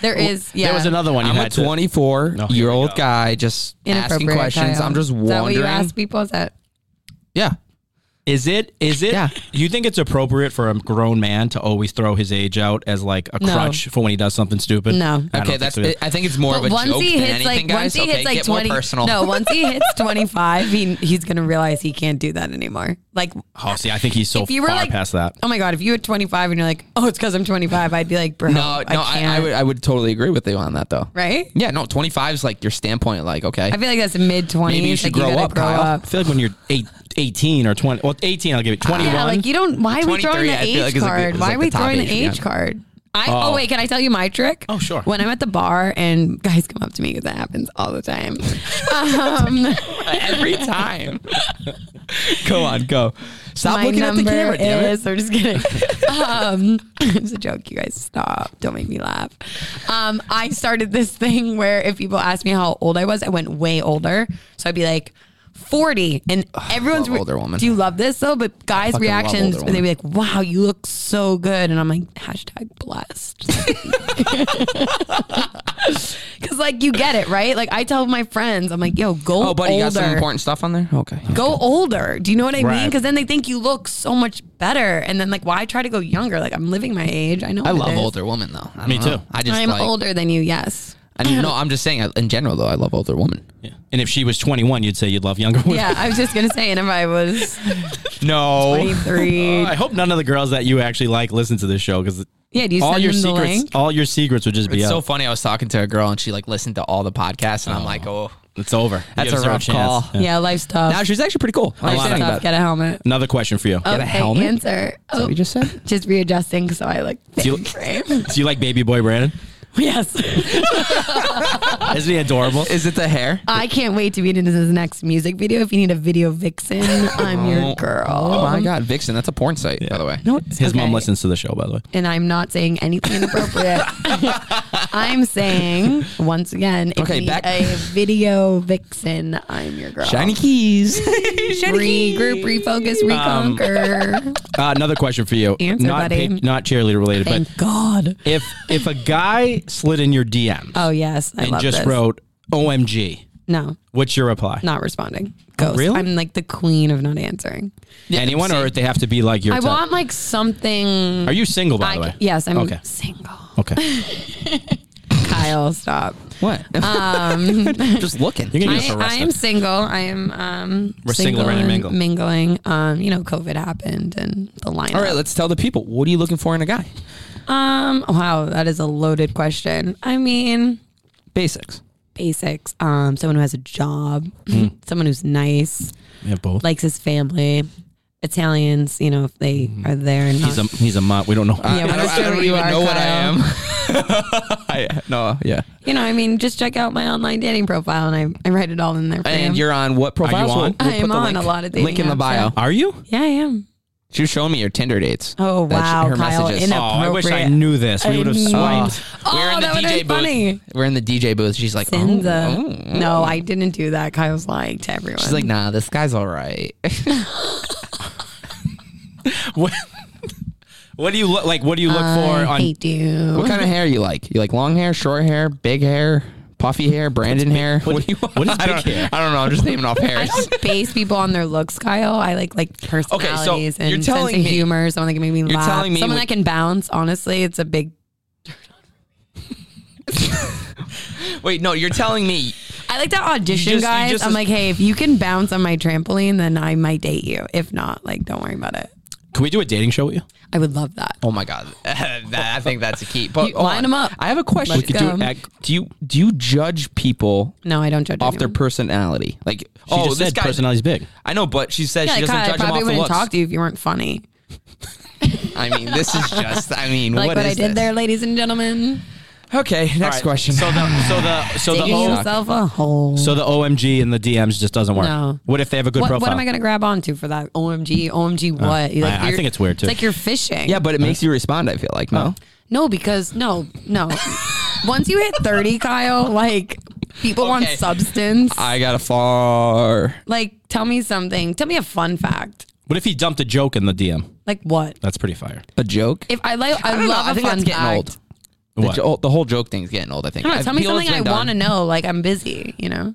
Speaker 1: There is, yeah.
Speaker 3: There was another one you
Speaker 4: I'm a
Speaker 3: had. to-
Speaker 4: 24
Speaker 3: No, here
Speaker 4: year
Speaker 3: we
Speaker 4: old
Speaker 3: go.
Speaker 4: guy just asking questions.
Speaker 1: Kyle.
Speaker 4: I'm just
Speaker 1: Is that what
Speaker 4: wondering.
Speaker 1: you ask people? Is that
Speaker 4: Yeah.
Speaker 3: Is it? Is it?
Speaker 4: Yeah.
Speaker 3: Do you think it's appropriate for a grown man to always throw his age out as like a
Speaker 1: No.
Speaker 3: crutch for when he does something stupid?
Speaker 1: No.
Speaker 3: I don't
Speaker 4: Okay,
Speaker 3: think
Speaker 4: that's.
Speaker 3: so.
Speaker 4: It, I think it's more of a joke than anything, guys.
Speaker 1: once he
Speaker 4: okay,
Speaker 1: hits like
Speaker 4: get more
Speaker 1: 20
Speaker 4: personal.
Speaker 1: No, once he hits 25, he, he's going to realize he can't do that anymore. Like,
Speaker 3: Oh, see, I think he's so
Speaker 1: If you were,
Speaker 3: far
Speaker 1: like-
Speaker 3: past that.
Speaker 1: oh my God, if you were 25 and you're like, oh, it's because I'm 25, I'd be like, bro,
Speaker 4: no, no. I, I,
Speaker 1: can't.
Speaker 4: would. I would totally agree with you on that, though.
Speaker 1: right?
Speaker 4: Yeah. No. 25 is like your standpoint. Like, okay.
Speaker 1: I feel like that's mid 20s.
Speaker 4: Maybe you
Speaker 1: like
Speaker 4: should grow
Speaker 1: gotta
Speaker 4: up, Kyle.
Speaker 3: I feel like when you're eight, 18 or 20, well, 18, I'll give it 21.
Speaker 1: uh, Yeah, like you don't. Why are we
Speaker 4: 23,
Speaker 1: throwing
Speaker 4: I
Speaker 1: the
Speaker 4: feel
Speaker 1: age
Speaker 4: like, is like the-
Speaker 1: card?
Speaker 4: is
Speaker 1: why
Speaker 4: like
Speaker 1: are we
Speaker 4: the top
Speaker 1: throwing
Speaker 4: age,
Speaker 1: the age
Speaker 4: yeah.
Speaker 1: card? I oh. wait, can I tell you my trick?
Speaker 3: Oh, sure.
Speaker 1: When I'm at the bar and guys come up to me because that happens all the time. um,
Speaker 4: every time. go on, go. Stop
Speaker 1: my
Speaker 4: looking at the
Speaker 1: number
Speaker 4: camera, damn it.
Speaker 1: is. I'm just kidding. Um, it's a joke, you guys. Stop. Don't make me laugh. Um, I started this thing where if people asked me how old I was, I went way older. So I'd be like. 40 and everyone's
Speaker 4: love
Speaker 1: re-
Speaker 4: older woman.
Speaker 1: do you love this though but guys
Speaker 4: fucking love
Speaker 1: reactions
Speaker 4: older
Speaker 1: they'd be like wow you look so good and i'm like hashtag blessed because like you get it right like i tell my friends i'm like yo go
Speaker 4: Oh, buddy, you
Speaker 1: older
Speaker 4: got some important stuff on there. Okay.
Speaker 1: go older. Do you know what I mean?
Speaker 3: Right.
Speaker 1: Because then they think you look so much better, and then like, why try to go younger? Like I'm living my age. I know.
Speaker 4: I
Speaker 1: what it
Speaker 4: love
Speaker 1: is.
Speaker 4: older women though. I
Speaker 3: Me
Speaker 4: don't know.
Speaker 3: too.
Speaker 4: I just
Speaker 1: I'm
Speaker 4: like,
Speaker 1: older than you. Yes.
Speaker 4: I mean, no, I'm just saying I- in general though. I love older women.
Speaker 3: Yeah. And if she was 21, you'd say you'd love younger women.
Speaker 1: Yeah. I was just gonna say, and if I was
Speaker 3: No. Oh,
Speaker 1: 23,
Speaker 3: I hope none of the girls that you actually like listen to this show because
Speaker 1: yeah. Do you
Speaker 3: all
Speaker 1: send
Speaker 3: your
Speaker 1: them the
Speaker 3: secrets,
Speaker 1: link?
Speaker 3: all your secrets would just be
Speaker 4: It's
Speaker 3: out.
Speaker 4: so funny. I was talking to a girl and she like listened to all the podcasts and I'm like, oh,
Speaker 3: it's over.
Speaker 4: That's
Speaker 3: Gives
Speaker 4: a
Speaker 3: her
Speaker 4: rough
Speaker 3: chance.
Speaker 4: call.
Speaker 1: Yeah. life stuff.
Speaker 4: now she's actually pretty cool. I
Speaker 1: Life
Speaker 4: was thinking
Speaker 1: stuff.
Speaker 4: about
Speaker 1: Get a helmet.
Speaker 3: Another question for you.
Speaker 1: Get
Speaker 4: a helmet?
Speaker 1: Answer.
Speaker 4: what
Speaker 1: Oh,
Speaker 4: you just said.
Speaker 1: just readjusting so I look
Speaker 3: Do you-
Speaker 1: thin frame.
Speaker 3: Do you like baby boy Brandon?
Speaker 1: yes.
Speaker 3: Isn't he adorable?
Speaker 4: Is it the hair?
Speaker 1: I can't wait to be in his next music video. If you need a video vixen, I'm your girl.
Speaker 4: Oh my god, Vixen. That's a porn site, by the way.
Speaker 1: No,
Speaker 3: His mom
Speaker 1: okay.
Speaker 3: listens to the show, by the way.
Speaker 1: and I'm not saying anything inappropriate. I'm saying once again, if
Speaker 4: Okay,
Speaker 1: you need
Speaker 4: back-
Speaker 1: a video vixen, I'm your girl.
Speaker 4: Shiny keys.
Speaker 1: Regroup, refocus,
Speaker 3: Um,
Speaker 1: reconquer.
Speaker 3: Uh, another question for you.
Speaker 1: Answer,
Speaker 3: not
Speaker 1: buddy.
Speaker 3: not cheerleader related,
Speaker 1: Thank God.
Speaker 3: but if if a guy slid in your DM
Speaker 1: Oh yes, I
Speaker 3: and
Speaker 1: love
Speaker 3: just
Speaker 1: this.
Speaker 3: wrote OMG,
Speaker 1: no,
Speaker 3: what's your reply?
Speaker 1: not responding. Ghost.
Speaker 3: Oh, really?
Speaker 1: I'm like the queen of not answering.
Speaker 3: Anyone, or they have to be like your.
Speaker 1: I
Speaker 3: type?
Speaker 1: want like something.
Speaker 3: Are you single by
Speaker 1: I
Speaker 3: the way?
Speaker 1: ca- yes, I'm
Speaker 3: Okay.
Speaker 1: single.
Speaker 3: Okay.
Speaker 1: Kyle, stop.
Speaker 4: What? Um, just looking.
Speaker 3: You're gonna
Speaker 1: I,
Speaker 3: get us
Speaker 1: I
Speaker 3: arrested.
Speaker 1: am single. I am um,
Speaker 3: We're single ready to
Speaker 1: and
Speaker 3: mingle.
Speaker 1: mingling. Um, you know, COVID happened and the lineup.
Speaker 4: All right, let's tell the people. What are you looking for in a guy?
Speaker 1: Um, wow, that is a loaded question. I mean,
Speaker 4: Basics.
Speaker 1: basics. Um, someone who has a job,
Speaker 4: Hmm.
Speaker 1: someone who's nice,
Speaker 3: We have both.
Speaker 1: likes his family. Italians, you know, if they
Speaker 4: Hmm.
Speaker 1: are there. And
Speaker 3: he's a
Speaker 1: not,
Speaker 3: he's a mutt. We don't know.
Speaker 1: uh, Yeah, we're not sure who you are, Kyle.
Speaker 4: I am. I, no, yeah.
Speaker 1: you know, I mean, just check out my online dating profile, and I, I write it all in there. For
Speaker 4: And
Speaker 1: you.
Speaker 4: you're on what profile?
Speaker 3: on?
Speaker 1: I am on a lot of dating
Speaker 4: Link in the
Speaker 1: apps,
Speaker 4: bio.
Speaker 3: Are you?
Speaker 1: yeah, I am.
Speaker 4: She was showing me your Tinder dates.
Speaker 1: Oh
Speaker 4: That's
Speaker 1: wow,
Speaker 4: her
Speaker 1: Kyle,
Speaker 4: messages.
Speaker 3: Oh, I wish I
Speaker 1: Inappropriate.
Speaker 3: knew this. We
Speaker 1: I
Speaker 3: would have
Speaker 1: know.
Speaker 3: swiped.
Speaker 1: Oh, that would've been
Speaker 4: booth.
Speaker 1: funny.
Speaker 4: We're in the DJ booth. She's like, oh,
Speaker 1: Sinza.
Speaker 4: oh.
Speaker 1: No, I didn't do that. Kyle's lying to everyone.
Speaker 4: She's like, nah, this guy's all right.
Speaker 3: What, what do you look like? What do you look
Speaker 1: I
Speaker 3: for on?
Speaker 1: hate you.
Speaker 4: what kind of hair you like? You like long hair, short hair, big hair, puffy hair, Brandon hair? What, do you want?
Speaker 3: what is
Speaker 4: I,
Speaker 3: big
Speaker 4: don't,
Speaker 3: hair?
Speaker 4: I don't know. I'm just naming off
Speaker 1: I
Speaker 4: hairs.
Speaker 1: don't base people on their looks, Kyle. I like like personalities and
Speaker 4: you're telling
Speaker 1: sense of
Speaker 4: me-
Speaker 1: humor. Someone that can make me laugh.
Speaker 4: telling me
Speaker 1: someone
Speaker 4: with-
Speaker 1: that can bounce. Honestly, it's a big.
Speaker 4: Wait, no, you're telling me.
Speaker 1: I like to audition
Speaker 4: You just- you
Speaker 1: guys.
Speaker 4: just-
Speaker 1: I'm like, hey, if you can bounce on my trampoline, then I might date you. If not, like, don't worry about it.
Speaker 3: Can we do a dating show with you?
Speaker 1: I would love that.
Speaker 4: Oh my god, That- I think that's a key. But
Speaker 1: You
Speaker 4: hold
Speaker 1: line
Speaker 4: on.
Speaker 1: 'em up.
Speaker 4: I have a question.
Speaker 1: Let's We could do go. it
Speaker 3: at-
Speaker 4: do you do you judge people
Speaker 1: No, I don't judge
Speaker 4: off their
Speaker 1: anyone.
Speaker 4: personality? Like,
Speaker 3: She
Speaker 4: oh,
Speaker 3: just
Speaker 4: this
Speaker 3: said
Speaker 4: guy.
Speaker 3: personality's big.
Speaker 4: I know, but she says
Speaker 1: Yeah, like,
Speaker 4: she doesn't
Speaker 1: Kyle, I
Speaker 4: judge them
Speaker 1: probably
Speaker 4: off the
Speaker 1: wouldn't
Speaker 4: looks.
Speaker 1: talk to you if you weren't funny.
Speaker 4: I mean, this is just. I mean,
Speaker 1: Like what,
Speaker 4: is
Speaker 1: I did
Speaker 4: this?
Speaker 1: there, ladies and gentlemen.
Speaker 4: Okay, next
Speaker 3: All right.
Speaker 4: question.
Speaker 3: So the so the so the
Speaker 1: Digging
Speaker 3: o,
Speaker 1: yourself a hole.
Speaker 3: so the OMG and the DMs just doesn't work.
Speaker 1: No.
Speaker 3: What if they have a good
Speaker 1: what,
Speaker 3: profile?
Speaker 1: what am I going to grab onto for that? OMG,
Speaker 4: Uh,
Speaker 1: OMG, what? You
Speaker 3: I- I
Speaker 1: you're-
Speaker 3: think it's weird, too.
Speaker 1: It's like you're fishing.
Speaker 4: yeah, but it makes you respond. I feel like no.
Speaker 1: No, because no, no. Once you hit 30, Kyle, like people want
Speaker 4: Okay.
Speaker 1: substance.
Speaker 4: I got a far.
Speaker 1: like, tell me something. Tell me a fun fact.
Speaker 3: what if he dumped a joke in the DM?
Speaker 1: Like, what?
Speaker 3: That's pretty fire.
Speaker 4: A joke.
Speaker 1: If I like, I,
Speaker 4: I don't know,
Speaker 1: love
Speaker 4: I
Speaker 1: a
Speaker 4: think
Speaker 1: fun
Speaker 4: that's getting
Speaker 1: fact.
Speaker 4: old. The,
Speaker 3: What?
Speaker 4: jo- the whole joke thing's getting old. I think.
Speaker 1: I don't know. Tell me something I want
Speaker 4: to
Speaker 1: to know. Like, I'm busy, you know?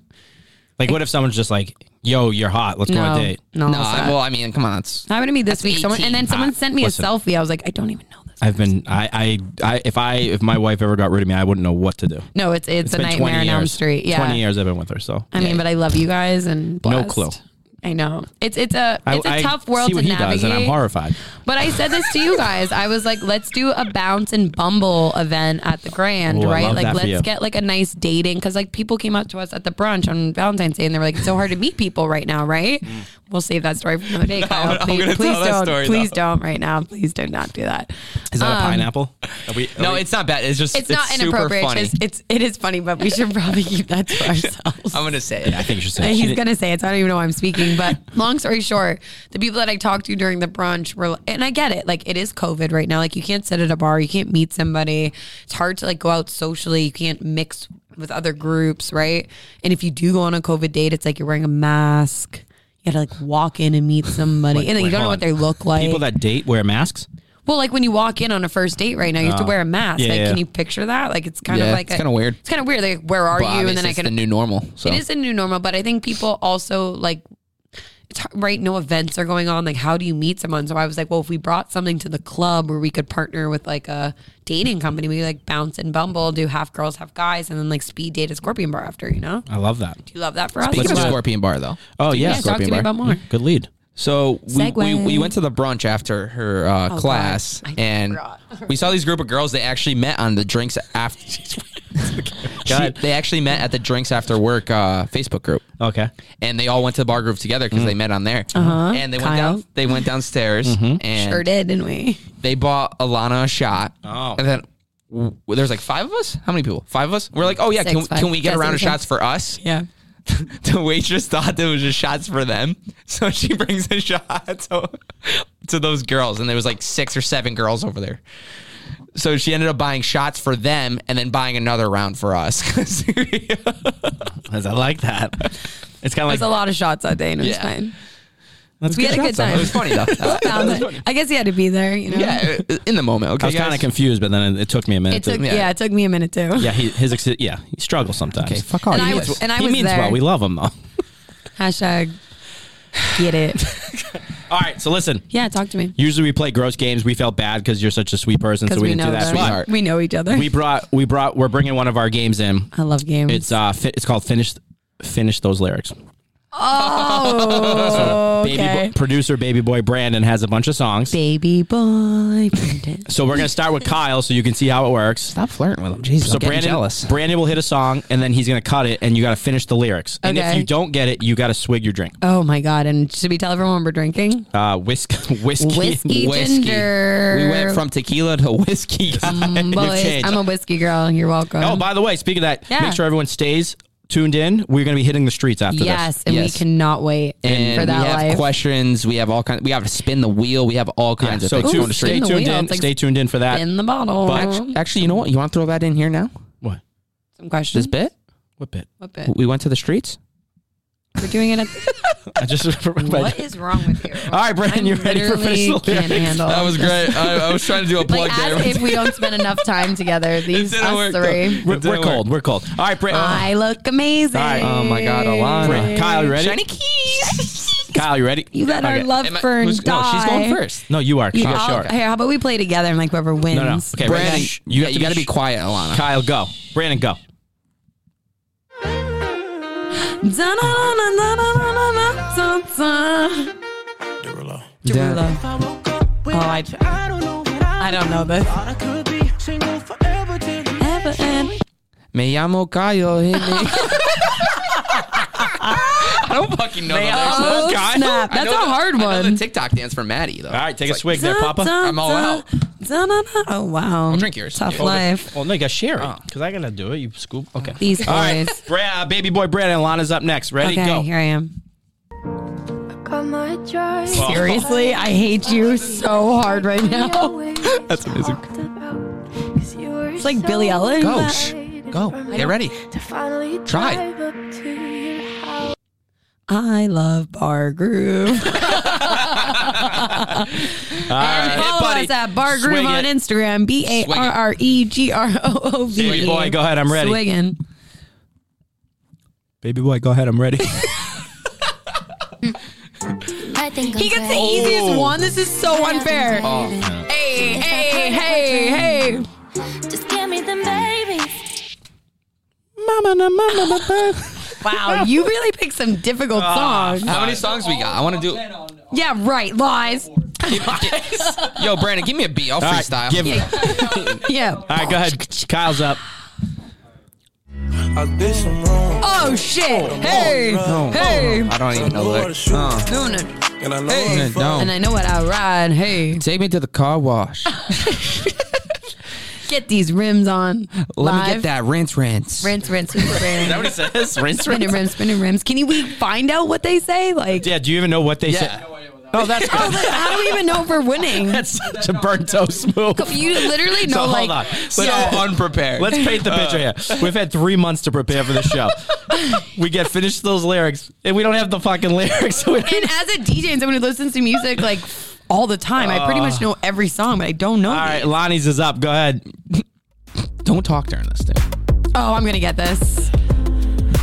Speaker 3: like what if someone's just like, "Yo, you're hot. Let's go
Speaker 1: No.
Speaker 3: on a date."
Speaker 1: No.
Speaker 4: No,
Speaker 1: it's
Speaker 4: I-
Speaker 1: not.
Speaker 4: well, I mean, come on. It's,
Speaker 1: happened to me this week. Someone,
Speaker 4: 18.
Speaker 1: and then someone sent me
Speaker 3: Ah, listen.
Speaker 1: a selfie. I was like, I don't even know this.
Speaker 3: I've been I, I I if I if my wife ever got rid of me, I wouldn't know what to do.
Speaker 1: No, it's it's,
Speaker 3: It's
Speaker 1: a
Speaker 3: been
Speaker 1: nightmare on
Speaker 3: 20
Speaker 1: Elm
Speaker 3: years.
Speaker 1: Street. Yeah.
Speaker 3: 20 years I've been with her, so.
Speaker 1: I mean, but I love you guys and
Speaker 3: No
Speaker 1: blessed.
Speaker 3: clue.
Speaker 1: I know it's it's a
Speaker 3: I-
Speaker 1: it's a
Speaker 3: I
Speaker 1: tough world
Speaker 3: see what
Speaker 1: to
Speaker 3: he
Speaker 1: navigate.
Speaker 3: does and I'm horrified.
Speaker 1: But I said this to you guys. I was like, let's do a bounce and bumble event at the Grand,
Speaker 3: Ooh, I
Speaker 1: right?
Speaker 3: love
Speaker 1: like,
Speaker 3: that for
Speaker 1: let's
Speaker 3: you.
Speaker 1: get like a nice dating because like people came up to us at the brunch on Valentine's Day and they were like, it's so hard to meet people right now, right? We'll save that story for another day, Kyle.
Speaker 4: Mm. I'm
Speaker 1: please
Speaker 4: gonna
Speaker 1: please
Speaker 4: tell that
Speaker 1: don't,
Speaker 4: story,
Speaker 1: please
Speaker 4: though.
Speaker 1: don't right now. Please do not do that.
Speaker 3: Is that a
Speaker 1: Um,
Speaker 3: pineapple? Are we, are
Speaker 4: no,
Speaker 3: we-
Speaker 4: it's not bad. It's just.
Speaker 1: It's, not
Speaker 4: super
Speaker 1: inappropriate.
Speaker 4: Funny.
Speaker 1: It's, it's it is funny, but we should probably keep that to ourselves.
Speaker 4: I'm gonna say it.
Speaker 3: Yeah, I think you should
Speaker 1: Uh,
Speaker 3: say.
Speaker 1: He's gonna say it, so I don't even know why I'm speaking. But long story short, the people that I talked to during the brunch were, and I get it. Like it is COVID right now. Like you can't sit at a bar, you can't meet somebody. It's hard to like go out socially. You can't mix with other groups, right? And if you do go on a COVID date, it's like you're wearing a mask. You gotta like walk in and meet somebody, and then
Speaker 3: wait,
Speaker 1: you don't know
Speaker 3: hold
Speaker 1: what they
Speaker 3: on.
Speaker 1: look like.
Speaker 3: People that date wear masks.
Speaker 1: well, like when you walk in on a first date right now, you have to wear a mask.
Speaker 3: Yeah,
Speaker 1: like,
Speaker 3: Ah. yeah.
Speaker 1: can you picture that? Like it's kind
Speaker 4: Yeah,
Speaker 1: of like
Speaker 4: it's
Speaker 1: a-
Speaker 4: kinda weird.
Speaker 1: It's kind of weird. Like where are
Speaker 4: Well,
Speaker 1: you? And
Speaker 4: obviously,
Speaker 1: then I
Speaker 4: it's
Speaker 1: can
Speaker 4: the new normal. So
Speaker 1: it is a new normal, but I think people also like it's hard, right. No events are going on. Like, how do you meet someone? So I was like, well, if we brought something to the club where we could partner with like a dating company, we could, like bounce and bumble, do half girls, half guys, and then like speed date a scorpion bar after. You know,
Speaker 3: I love that.
Speaker 1: do you love that for us?
Speaker 4: Speaking of
Speaker 1: Let's do it.
Speaker 4: Scorpion Bar, though.
Speaker 3: Oh yeah,
Speaker 1: yeah, talk to me about more.
Speaker 3: Good lead.
Speaker 4: So we, we,
Speaker 1: Segway.
Speaker 4: we went to the brunch after her uh, class,
Speaker 1: God. I
Speaker 4: and
Speaker 1: forgot.
Speaker 4: we saw these group of girls. They actually met on the drinks after.
Speaker 3: God.
Speaker 4: they actually met at the drinks after work uh, Facebook group,
Speaker 3: Okay.
Speaker 4: and they all went to the bar group together because they met on there. Uh-huh. And they went
Speaker 1: Kyle.
Speaker 4: down. They went downstairs, and
Speaker 1: Sure did, didn't we?
Speaker 4: they bought Alana a shot.
Speaker 3: Oh.
Speaker 4: and then. w- There's like five of us. How many people? Five of us. We're like, oh yeah,
Speaker 1: Six,
Speaker 4: can,
Speaker 1: five.
Speaker 4: can we get
Speaker 1: Just
Speaker 4: a
Speaker 1: in
Speaker 4: round of
Speaker 1: case.
Speaker 4: shots for us?
Speaker 1: Yeah.
Speaker 4: the waitress thought that it was just shots for them, so she brings a shot to, to those girls, and there was like six or seven girls over there. So she ended up buying shots for them and then buying another round for us. 'Cause-
Speaker 3: I like that. It's kind of
Speaker 1: There's a
Speaker 3: like
Speaker 1: lot of shots that day, and it was
Speaker 4: Yeah.
Speaker 1: fine.
Speaker 3: that's
Speaker 1: we had a
Speaker 3: shots,
Speaker 1: good
Speaker 3: though.
Speaker 1: time.
Speaker 4: it was funny though.
Speaker 1: Um, I guess he had to be there, you know.
Speaker 4: yeah, in the moment. Okay,
Speaker 3: I was kind
Speaker 4: guys?
Speaker 3: of confused, but then it, it took me a minute.
Speaker 1: It took
Speaker 3: to,
Speaker 1: yeah.
Speaker 4: Yeah.
Speaker 1: it took me a minute too.
Speaker 3: yeah, he, his exi- yeah, he struggles sometimes.
Speaker 4: Okay, fuck all
Speaker 1: And
Speaker 4: you.
Speaker 1: I
Speaker 4: guys.
Speaker 1: was and I
Speaker 3: he
Speaker 1: was
Speaker 3: means
Speaker 1: there.
Speaker 3: well. We love him though.
Speaker 1: Hashtag get it.
Speaker 3: All right, so listen.
Speaker 1: Yeah, talk to me.
Speaker 3: Usually we play gross games. We felt bad because you're such a sweet person, so
Speaker 1: Because we
Speaker 3: we, didn't
Speaker 1: know
Speaker 3: do that.
Speaker 1: them.
Speaker 4: sweetheart.
Speaker 1: we know each other.
Speaker 3: But we brought we brought we're bringing one of our games in.
Speaker 1: I love games.
Speaker 3: It's uh, fi- it's called finish finish those lyrics.
Speaker 1: oh,
Speaker 3: Baby
Speaker 1: okay.
Speaker 3: Bo- producer Baby Boy Brandon has a bunch of songs.
Speaker 1: Baby boy. Brandon.
Speaker 3: So we're gonna start with Kyle, so you can see how it works.
Speaker 4: Stop flirting with him. Jesus,
Speaker 3: So
Speaker 4: I'm getting
Speaker 3: Brandon,
Speaker 4: jealous.
Speaker 3: Brandon will hit a song, and then he's gonna cut it, and you gotta finish the lyrics. And if
Speaker 1: Okay.
Speaker 3: you don't get it, you gotta swig your drink.
Speaker 1: oh my god! And should we tell everyone what we're drinking?
Speaker 3: Uh, whisk, whiskey.
Speaker 1: Whiskey, ginger.
Speaker 4: We went from tequila to whiskey.
Speaker 1: Mm,
Speaker 3: We've
Speaker 1: boys,
Speaker 3: changed.
Speaker 1: I'm a whiskey girl. You're welcome.
Speaker 3: Oh, by the way, speaking of that,
Speaker 1: Yeah.
Speaker 3: make sure everyone stays tuned in. We're gonna be hitting the streets after this.
Speaker 1: yes, and
Speaker 4: Yes.
Speaker 1: we cannot wait
Speaker 4: and
Speaker 1: for that
Speaker 4: we have
Speaker 1: life.
Speaker 4: questions. We have all kinds. We have to spin the wheel. We have all
Speaker 3: Yeah,
Speaker 4: kinds
Speaker 3: so
Speaker 4: of things.
Speaker 1: Ooh,
Speaker 3: tune,
Speaker 1: spin
Speaker 3: stay
Speaker 1: the
Speaker 3: tuned
Speaker 1: wheel.
Speaker 3: in.
Speaker 1: It's like
Speaker 3: stay tuned in for that.
Speaker 1: in the bottle.
Speaker 3: But-
Speaker 4: Actually, you know what? You want to throw that in here now?
Speaker 3: what?
Speaker 1: Some questions.
Speaker 4: This bit?
Speaker 3: What bit?
Speaker 1: Whip it.
Speaker 4: We went to the streets.
Speaker 1: We're doing it. At,
Speaker 3: I just remembered.
Speaker 1: what is wrong with you?
Speaker 3: All right, Brandon, you ready for finish the
Speaker 1: literally
Speaker 3: lyrics?
Speaker 1: can't handle.
Speaker 4: Oh,
Speaker 1: this.
Speaker 4: I, I was trying to do a
Speaker 1: Like as if we don't spend enough time together. These
Speaker 4: didn't
Speaker 1: us
Speaker 4: work,
Speaker 1: three.
Speaker 3: We're,
Speaker 4: It didn't
Speaker 3: we're cold. We're cold. All right, Brandon.
Speaker 1: I look amazing.
Speaker 3: All right. um,
Speaker 4: Oh my God, Alana.
Speaker 3: Kyle, you ready? Kyle, you ready?
Speaker 1: You let
Speaker 3: Okay.
Speaker 1: our love
Speaker 4: Am I-
Speaker 1: burn
Speaker 4: who's- no,
Speaker 1: die.
Speaker 4: she's going first.
Speaker 3: No, you are. She
Speaker 1: You-
Speaker 3: got
Speaker 1: I'll-
Speaker 3: short.
Speaker 1: Here, how about we play together and like whoever wins?
Speaker 3: No, no. Okay,
Speaker 4: Brandon,
Speaker 3: Brandon,
Speaker 4: yeah,
Speaker 3: you got
Speaker 4: you got to be quiet, Alana.
Speaker 3: Kyle, go. Brandon, go.
Speaker 1: Da-na-na-na-na-na-na-na-na-na.
Speaker 2: Derulo.
Speaker 1: Derulo.
Speaker 5: I woke up with
Speaker 1: Oh, I-
Speaker 5: you. I don't know what I,
Speaker 1: I don't know this.
Speaker 5: thought I could be single forever till you
Speaker 1: Ever
Speaker 5: eh.
Speaker 1: and
Speaker 4: Me llamo Kyle. hit me. I don't fucking know the lyrics.
Speaker 1: Oh,
Speaker 4: Those guys-
Speaker 1: snap.
Speaker 4: I
Speaker 1: That's
Speaker 4: know
Speaker 1: a
Speaker 4: the-
Speaker 1: hard
Speaker 4: I know
Speaker 1: one.
Speaker 4: the TikTok dance from Maddie though.
Speaker 3: All right, take a
Speaker 4: It's like-
Speaker 3: swig there, Papa.
Speaker 1: Dun,
Speaker 4: I'm all
Speaker 1: dun,
Speaker 4: out.
Speaker 1: dun, dun, dun. Oh wow. I'll
Speaker 4: drink yours.
Speaker 1: Tough
Speaker 4: Yeah.
Speaker 1: life.
Speaker 3: Well, Oh, no, you got to share it because I got to do it. You scoop. Okay.
Speaker 1: These
Speaker 3: All right,
Speaker 1: boys.
Speaker 3: Bra- uh, baby boy Brandon Lana's up next. Ready?
Speaker 1: Okay,
Speaker 3: Go.
Speaker 1: here I am.
Speaker 6: Got my drive.
Speaker 1: Seriously, I hate you so hard right now.
Speaker 6: That's amazing. It's
Speaker 1: like Billie Eilish.
Speaker 4: Go, shh. Go. Get ready. Try.
Speaker 1: I love Bar Groove.
Speaker 3: All right,
Speaker 1: Follow
Speaker 3: buddy.
Speaker 1: us at uh, Bar
Speaker 3: Swing
Speaker 1: Groove on
Speaker 3: it.
Speaker 1: Instagram. B A R R E G R O O V. E.
Speaker 3: Baby boy, go ahead, I'm ready.
Speaker 1: Swiggin.
Speaker 3: Baby boy, go ahead. I'm ready.
Speaker 6: I think
Speaker 1: He gets the
Speaker 3: Oh.
Speaker 1: easiest one. This is so unfair. Hey, hey, hey, hey.
Speaker 6: Just give me the baby.
Speaker 3: mama, na, mama, na, na.
Speaker 1: Wow, you really picked some difficult
Speaker 3: Ah.
Speaker 1: songs.
Speaker 4: How many songs we got? I want to do.
Speaker 1: Yeah, right. Lies.
Speaker 4: Yo, Brandon, give me a beat. I'll
Speaker 3: All right,
Speaker 4: freestyle.
Speaker 3: give me.
Speaker 1: Yeah.
Speaker 3: All right, go ahead. Kyle's up.
Speaker 2: I did some wrong.
Speaker 1: Oh shit. Hey. Hey.
Speaker 4: I don't even know
Speaker 2: Lord,
Speaker 4: lyrics.
Speaker 2: shoot.
Speaker 4: Uh,
Speaker 1: Doing it.
Speaker 2: And I know
Speaker 4: Hey,
Speaker 2: it's fun.
Speaker 3: Oh.
Speaker 4: don't.
Speaker 1: And I know what I ride. Hey.
Speaker 4: Take me to the car wash.
Speaker 1: Get these rims on.
Speaker 4: Let me
Speaker 1: Live.
Speaker 4: get that rinse, rinse.
Speaker 1: Rinse, rinse, rinse, rinse.
Speaker 4: he says? Rinse,
Speaker 1: Spinning rims, spinning rims. Can you- we find out what they say? Like,
Speaker 3: Yeah, do you even know what they said?
Speaker 4: Yeah.
Speaker 3: Oh, that's
Speaker 1: I
Speaker 3: good.
Speaker 1: was like, how do we even know if we're winning?
Speaker 3: that's such a burnt toast move.
Speaker 1: You literally know,
Speaker 3: So
Speaker 1: like,
Speaker 3: hold on.
Speaker 4: So
Speaker 1: yeah.
Speaker 4: unprepared.
Speaker 3: Let's paint the picture
Speaker 4: Uh.
Speaker 3: here. We've had three months to prepare for the show. we get finished those lyrics, and we don't have the fucking lyrics. So we
Speaker 1: and as a DJ and someone who listens to music like all the time, I pretty much know every song, but I don't know.
Speaker 3: Uh. All right,
Speaker 1: these.
Speaker 3: Lonnie's is up. Go ahead.
Speaker 4: Don't talk during this, dude.
Speaker 1: Oh, I'm gonna get this.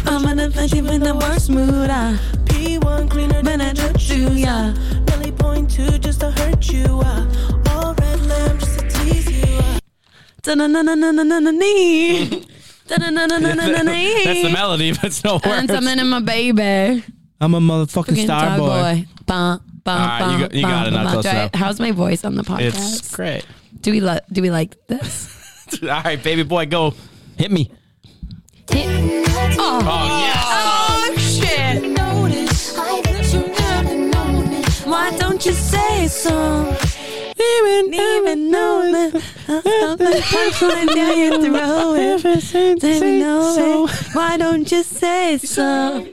Speaker 1: I'm gonna find you in the worst mood. uh, I
Speaker 5: P1 cleaner than I touch you.
Speaker 1: yeah.
Speaker 5: Belly point two just to hurt you. Uh, all red lamp just to tease you. Uh,
Speaker 1: Da-na-na-na-na-na-na-nee. Da-na-na-na-na-na-nee.
Speaker 3: That's the melody, but it's no
Speaker 1: And
Speaker 3: words.
Speaker 1: something in my baby.
Speaker 3: I'm a motherfucking star boy.
Speaker 1: Bum, bum,
Speaker 3: right, you
Speaker 1: bum,
Speaker 3: got- you got
Speaker 1: bum,
Speaker 3: it, not
Speaker 1: bum.
Speaker 3: close
Speaker 1: Do I-
Speaker 3: enough.
Speaker 1: How's my voice on the podcast?
Speaker 3: It's great.
Speaker 1: do we lo- do we like this?
Speaker 3: All right, baby boy, go. Hit me.
Speaker 6: Oh.
Speaker 3: Oh, yes.
Speaker 1: Oh shit!
Speaker 6: I bet you never known it.
Speaker 1: Why don't you say so? Even even knowing Why don't you say so?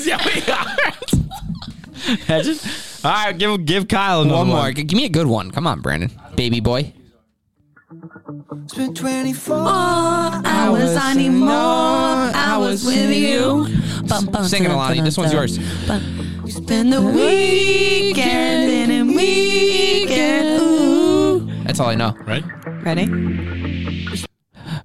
Speaker 3: yeah, we are. Imagine. All right, give give Kyle another
Speaker 4: One
Speaker 3: one.
Speaker 4: more. G- Give me a good one. Come on, Brandon. Baby boy.
Speaker 2: It's been 24
Speaker 1: hours anymore. Hours with you.
Speaker 4: Sing it, Alani. This one's yours.
Speaker 1: Spend the weekend and a weekend. Ooh.
Speaker 4: That's all I know.
Speaker 3: right?
Speaker 1: Ready?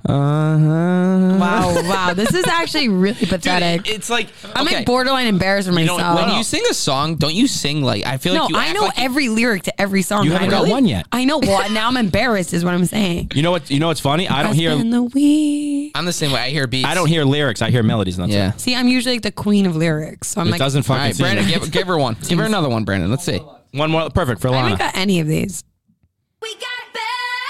Speaker 4: Uh-huh.
Speaker 1: Wow, wow. This is actually really pathetic.
Speaker 4: It's like
Speaker 1: I'm
Speaker 4: okay.
Speaker 1: like borderline embarrassed for
Speaker 4: You don't-
Speaker 1: myself.
Speaker 4: when you sing a song, don't you sing like I feel
Speaker 1: no,
Speaker 4: like you
Speaker 1: I
Speaker 4: act
Speaker 1: know
Speaker 4: like you-
Speaker 1: every lyric to every song.
Speaker 3: You haven't
Speaker 1: I
Speaker 3: got
Speaker 1: really-
Speaker 3: one yet.
Speaker 1: I know. Well, now I'm embarrassed, is what I'm saying.
Speaker 3: You know what? You know what's funny? I don't
Speaker 1: spend
Speaker 3: hear
Speaker 1: the week.
Speaker 4: I'm the same way. I hear beats.
Speaker 3: I don't hear lyrics. I hear melodies. And that's
Speaker 4: Yeah.
Speaker 3: it.
Speaker 1: See, I'm usually like the queen of lyrics, so I'm
Speaker 3: It
Speaker 1: like,
Speaker 3: doesn't
Speaker 4: All
Speaker 3: fucking.
Speaker 4: right,
Speaker 3: seem
Speaker 4: Brandon,
Speaker 3: it.
Speaker 4: give, give her one. Give her another one, Brandon. Let's see.
Speaker 3: one more. Perfect for
Speaker 1: I haven't
Speaker 3: Lana.
Speaker 1: got any of these.
Speaker 6: We got bad.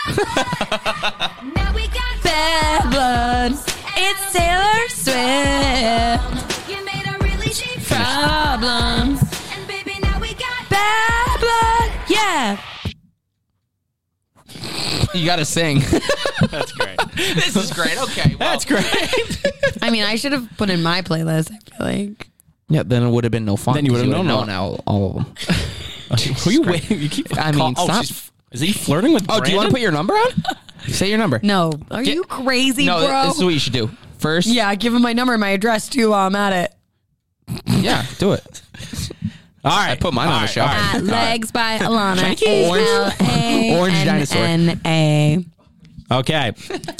Speaker 6: blood. now we got
Speaker 1: Bad blood. It's Taylor Swift.
Speaker 6: You made a really deep fry.
Speaker 1: Problems.
Speaker 6: And baby, now we got
Speaker 1: Bad
Speaker 6: bad.
Speaker 1: blood. Yeah.
Speaker 4: You got to sing.
Speaker 3: That's great.
Speaker 4: this is great. Okay. Well,
Speaker 3: That's great.
Speaker 1: I mean, I should have put in my playlist. I feel like
Speaker 4: Yeah, then it would have been no fun.
Speaker 3: Then you
Speaker 4: 'cause
Speaker 3: would've known
Speaker 4: known all, all of them.
Speaker 3: Who you waiting? You keep.
Speaker 4: I mean,
Speaker 3: oh,
Speaker 4: stop.
Speaker 3: she's- Is he flirting with?
Speaker 4: Oh, do you want to put your number on? Say your number.
Speaker 1: no. Are
Speaker 4: Get-
Speaker 1: you crazy,
Speaker 4: no, th-
Speaker 1: bro?
Speaker 4: this is what you should do. First,
Speaker 1: yeah, give him my number, and my address too. While I'm at it.
Speaker 4: yeah, do it.
Speaker 3: All right,
Speaker 4: I put mine on
Speaker 3: all
Speaker 4: the
Speaker 3: right,
Speaker 4: shelf.
Speaker 3: all right.
Speaker 1: At Legs by Alana.
Speaker 4: Orange- Orange Dinosaur.
Speaker 1: A.
Speaker 3: Okay.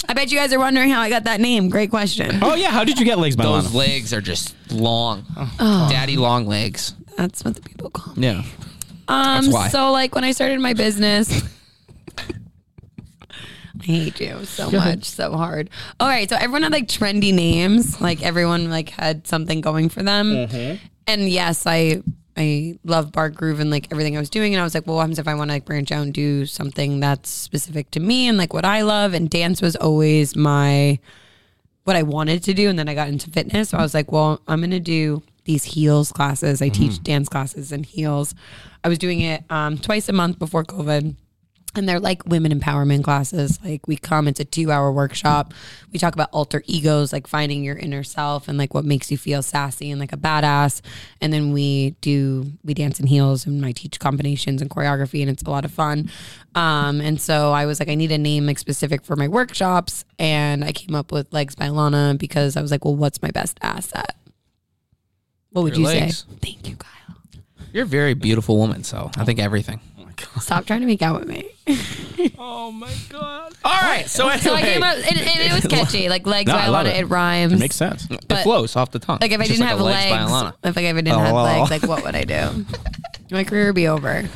Speaker 1: I bet you guys are wondering how I got that name. Great question.
Speaker 3: Oh yeah. How did you get legs by
Speaker 4: Those
Speaker 3: Lana?
Speaker 4: legs are just long, daddy long legs.
Speaker 1: That's what the people call me.
Speaker 4: Oh. Yeah,
Speaker 1: Um,
Speaker 4: why.
Speaker 1: so like when I started my business. I hate you so much, so hard. All right, so everyone had like trendy names, like everyone like had something going for them. And yes, I I love Bar Groove and like everything I was doing, and I was like, well, what happens if I want to like branch out and do something that's specific to me and like what I love? And dance was always my what I wanted to do. And then I got into fitness. So I was like, well, I'm going to do these heels classes. I teach dance classes and heels. I was doing it um, twice a month before COVID. And they're like women empowerment classes. Like we come, it's a two hour workshop. We talk about alter egos, like finding your inner self and like what makes you feel sassy and like a badass. And then we do, we dance in heels and I teach combinations and choreography and it's a lot of fun. Um, and so I was like, I need a name like specific for my workshops. And I came up with Legs by Lana because I was like, well, what's my best asset? What would
Speaker 4: Your
Speaker 1: you
Speaker 4: legs.
Speaker 1: say? Thank you, Kyle.
Speaker 4: you're a very beautiful woman. So I think everything.
Speaker 1: Stop trying to make out with me.
Speaker 3: Oh my god. All right. So anyway,
Speaker 1: So I came up, and, and it was catchy. Like legs
Speaker 3: No, I
Speaker 1: by
Speaker 3: love
Speaker 1: Lana,
Speaker 3: it.
Speaker 1: it. rhymes.
Speaker 3: It makes sense.
Speaker 1: But-
Speaker 4: it flows off the tongue.
Speaker 1: Like if I
Speaker 4: Just
Speaker 1: didn't have
Speaker 4: a
Speaker 1: legs,
Speaker 4: by Alana.
Speaker 1: if like if I didn't have
Speaker 4: Oh.
Speaker 1: legs, like what would I do? My career would be over.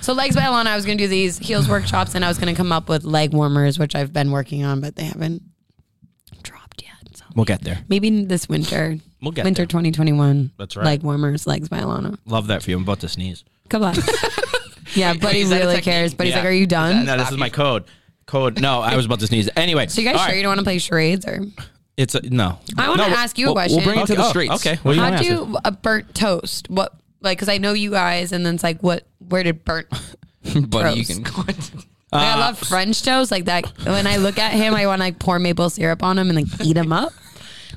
Speaker 1: So legs by Alana, I was gonna do these heels workshops, and I was gonna come up with leg warmers, which I've been working on, but they haven't dropped yet. So
Speaker 3: We'll get there.
Speaker 1: maybe this winter,
Speaker 3: We'll get
Speaker 1: winter
Speaker 3: there.
Speaker 1: 2021.
Speaker 3: That's right.
Speaker 1: Leg warmers, legs by Alana.
Speaker 3: Love that for you. I'm about to sneeze.
Speaker 1: Come on. yeah, but he
Speaker 4: Is that a
Speaker 1: really
Speaker 4: technique?
Speaker 1: cares. But he's
Speaker 3: Yeah.
Speaker 1: like, "Are you done?"
Speaker 3: No, this is my code. Code. No, I was about to sneeze. Anyway.
Speaker 1: so you guys
Speaker 3: all
Speaker 1: sure
Speaker 3: right.
Speaker 1: you don't want to play charades or?
Speaker 3: It's a, no.
Speaker 1: I want to
Speaker 3: No,
Speaker 1: ask you a question.
Speaker 4: We'll bring it to the
Speaker 3: oh,
Speaker 4: streets.
Speaker 3: okay. What do you wanna
Speaker 1: How
Speaker 3: ask
Speaker 1: do
Speaker 3: us?
Speaker 1: you a burnt toast? What like? Because I know you guys, and then it's like, what? Where did burnt?
Speaker 4: but you
Speaker 1: Gross.
Speaker 4: can.
Speaker 1: Like, I
Speaker 3: Uh,
Speaker 1: love French toast like that. When I look at him, I want to like pour maple syrup on him and like eat him up.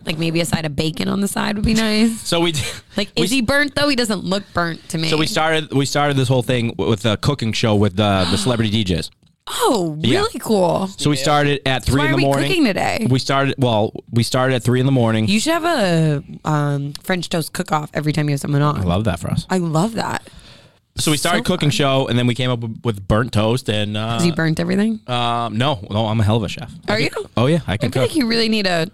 Speaker 1: Like maybe a side of bacon on the side would be nice.
Speaker 3: So we. d-
Speaker 1: Like
Speaker 3: we
Speaker 1: is he burnt though? He doesn't look burnt to me.
Speaker 3: So we started we started this whole thing w- with a cooking show with uh, the celebrity DJs.
Speaker 1: Oh, really
Speaker 3: Yeah.
Speaker 1: cool.
Speaker 3: So we started at three
Speaker 1: Why
Speaker 3: in
Speaker 1: are
Speaker 3: the
Speaker 1: we
Speaker 3: morning.
Speaker 1: cooking today?
Speaker 3: We started well. We started at three in the morning.
Speaker 1: You should have a um, French toast cook off every time you have someone on.
Speaker 3: I love that for us.
Speaker 1: I love that.
Speaker 3: So we started
Speaker 1: so
Speaker 3: cooking
Speaker 1: fun.
Speaker 3: show, and then we came up with- with burnt toast and uh,
Speaker 1: Has he burnt everything?
Speaker 3: um, no, no, I'm a hell of a chef.
Speaker 1: Are
Speaker 3: I
Speaker 1: you?
Speaker 3: can- Oh yeah, I
Speaker 1: I
Speaker 3: can
Speaker 1: feel
Speaker 3: cook.
Speaker 1: like you really need to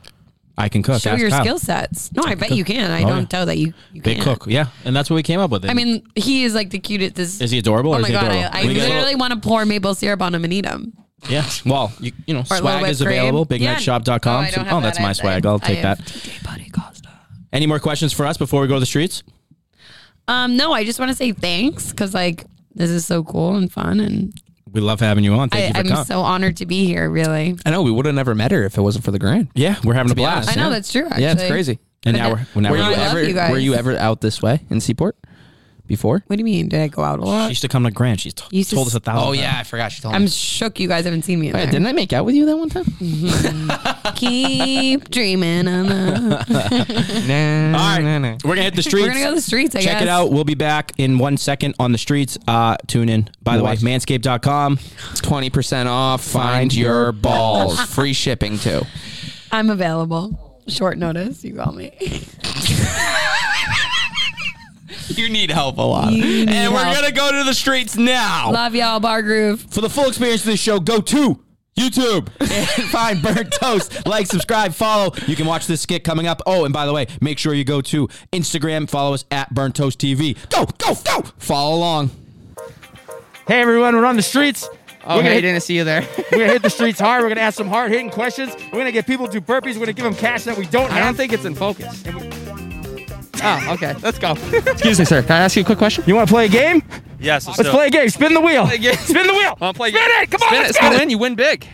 Speaker 3: I can cook.
Speaker 1: show
Speaker 3: Ask
Speaker 1: your
Speaker 3: Kyle.
Speaker 1: skill sets. No, I bet you can. I
Speaker 3: Oh,
Speaker 1: don't
Speaker 3: yeah.
Speaker 1: tell that you. you
Speaker 3: Big
Speaker 1: can't.
Speaker 3: cook, yeah, and that's what we came up with.
Speaker 1: I mean, he is like the cutest. This
Speaker 3: Is he adorable
Speaker 1: Oh
Speaker 3: or
Speaker 1: my
Speaker 3: is he
Speaker 1: god! I,
Speaker 3: adorable?
Speaker 1: I
Speaker 3: We got a
Speaker 1: literally want to pour maple syrup on him and eat him.
Speaker 3: yeah. Well, you, you know,
Speaker 1: Or a little
Speaker 3: swag is
Speaker 1: whipped cream.
Speaker 3: available.
Speaker 1: Yeah. Oh,
Speaker 3: BigNightShop.com.
Speaker 1: I
Speaker 3: So-
Speaker 1: don't have
Speaker 3: that's
Speaker 1: that.
Speaker 3: my
Speaker 1: I-
Speaker 3: swag.
Speaker 1: I-
Speaker 3: I'll
Speaker 1: I
Speaker 3: take
Speaker 1: have
Speaker 3: that.
Speaker 1: TJ Buddy Costa.
Speaker 3: Any more questions for us before we go to the streets?
Speaker 1: Um, no, I just want to say thanks because like this is so cool and fun, and
Speaker 3: We love having you on. Thank
Speaker 1: I,
Speaker 3: you for
Speaker 1: I'm
Speaker 3: coming.
Speaker 1: so honored to be here. Really,
Speaker 4: I know Oh, we would have never met her if it wasn't for the grand.
Speaker 3: yeah, we're having a
Speaker 4: be
Speaker 3: blast.
Speaker 1: I
Speaker 4: honest,
Speaker 1: know
Speaker 4: yeah.
Speaker 1: that's true. Actually.
Speaker 4: Yeah, it's crazy.
Speaker 3: And
Speaker 1: But
Speaker 3: now
Speaker 1: that-
Speaker 3: we're, well, now
Speaker 1: Were
Speaker 3: we're
Speaker 1: you
Speaker 3: doing it.
Speaker 1: love
Speaker 4: ever
Speaker 1: you guys.
Speaker 4: were you ever out this way in Seaport? before?
Speaker 1: What do you mean? Did I go out a lot?
Speaker 3: She used to come to Grant. She's t-
Speaker 1: You used to
Speaker 3: told us a
Speaker 1: s-
Speaker 3: thousand.
Speaker 4: Uh, Oh
Speaker 3: times.
Speaker 4: yeah, I forgot. She told
Speaker 1: I'm
Speaker 4: me.
Speaker 1: shook you guys haven't seen me in
Speaker 4: Wait,
Speaker 1: there.
Speaker 4: didn't I make out with you that one time?
Speaker 1: Keep dreaming. On
Speaker 4: nah,
Speaker 3: All right, we're gonna hit the streets.
Speaker 1: We're gonna go to the streets. I
Speaker 3: Check
Speaker 1: guess.
Speaker 3: it out. We'll be back in one second on the streets. Uh, tune in. By the way,
Speaker 4: Watch.
Speaker 3: manscaped.com.
Speaker 4: Twenty percent off. Find your balls. Free shipping too.
Speaker 1: I'm available. Short notice. You call me.
Speaker 4: You need help a lot.
Speaker 1: You need
Speaker 4: and we're
Speaker 1: help.
Speaker 4: gonna go to the streets now.
Speaker 1: Love y'all, Bar Groove.
Speaker 3: For the full experience of this show, go to YouTube and find Burnt Toast. Like, subscribe, follow. You can watch this skit coming up. Oh, and by the way, make sure you go to Instagram. Follow us at Burnt Toast TV. Go, go, go.
Speaker 4: Follow along.
Speaker 7: Hey everyone, we're on the streets.
Speaker 4: Oh,
Speaker 7: we're, gonna
Speaker 4: hey,
Speaker 7: hit,
Speaker 4: didn't see you there.
Speaker 7: we're gonna hit the streets hard. We're gonna ask some hard hitting questions. We're gonna get people to do burpees. We're gonna give them cash that we don't
Speaker 8: I
Speaker 7: have.
Speaker 8: don't think it's in focus. Oh, okay. Let's go.
Speaker 7: Excuse me, sir.
Speaker 4: Can I ask you a quick question?
Speaker 7: You want to play a game?
Speaker 8: Yes, let's,
Speaker 7: Let's play a game. Spin the wheel.
Speaker 8: a game.
Speaker 7: Spin the wheel.
Speaker 8: Wanna play a
Speaker 7: spin
Speaker 8: game?
Speaker 7: it. Come on.
Speaker 8: Spin it,
Speaker 7: let's
Speaker 8: spin
Speaker 7: go.
Speaker 8: it in. You win big.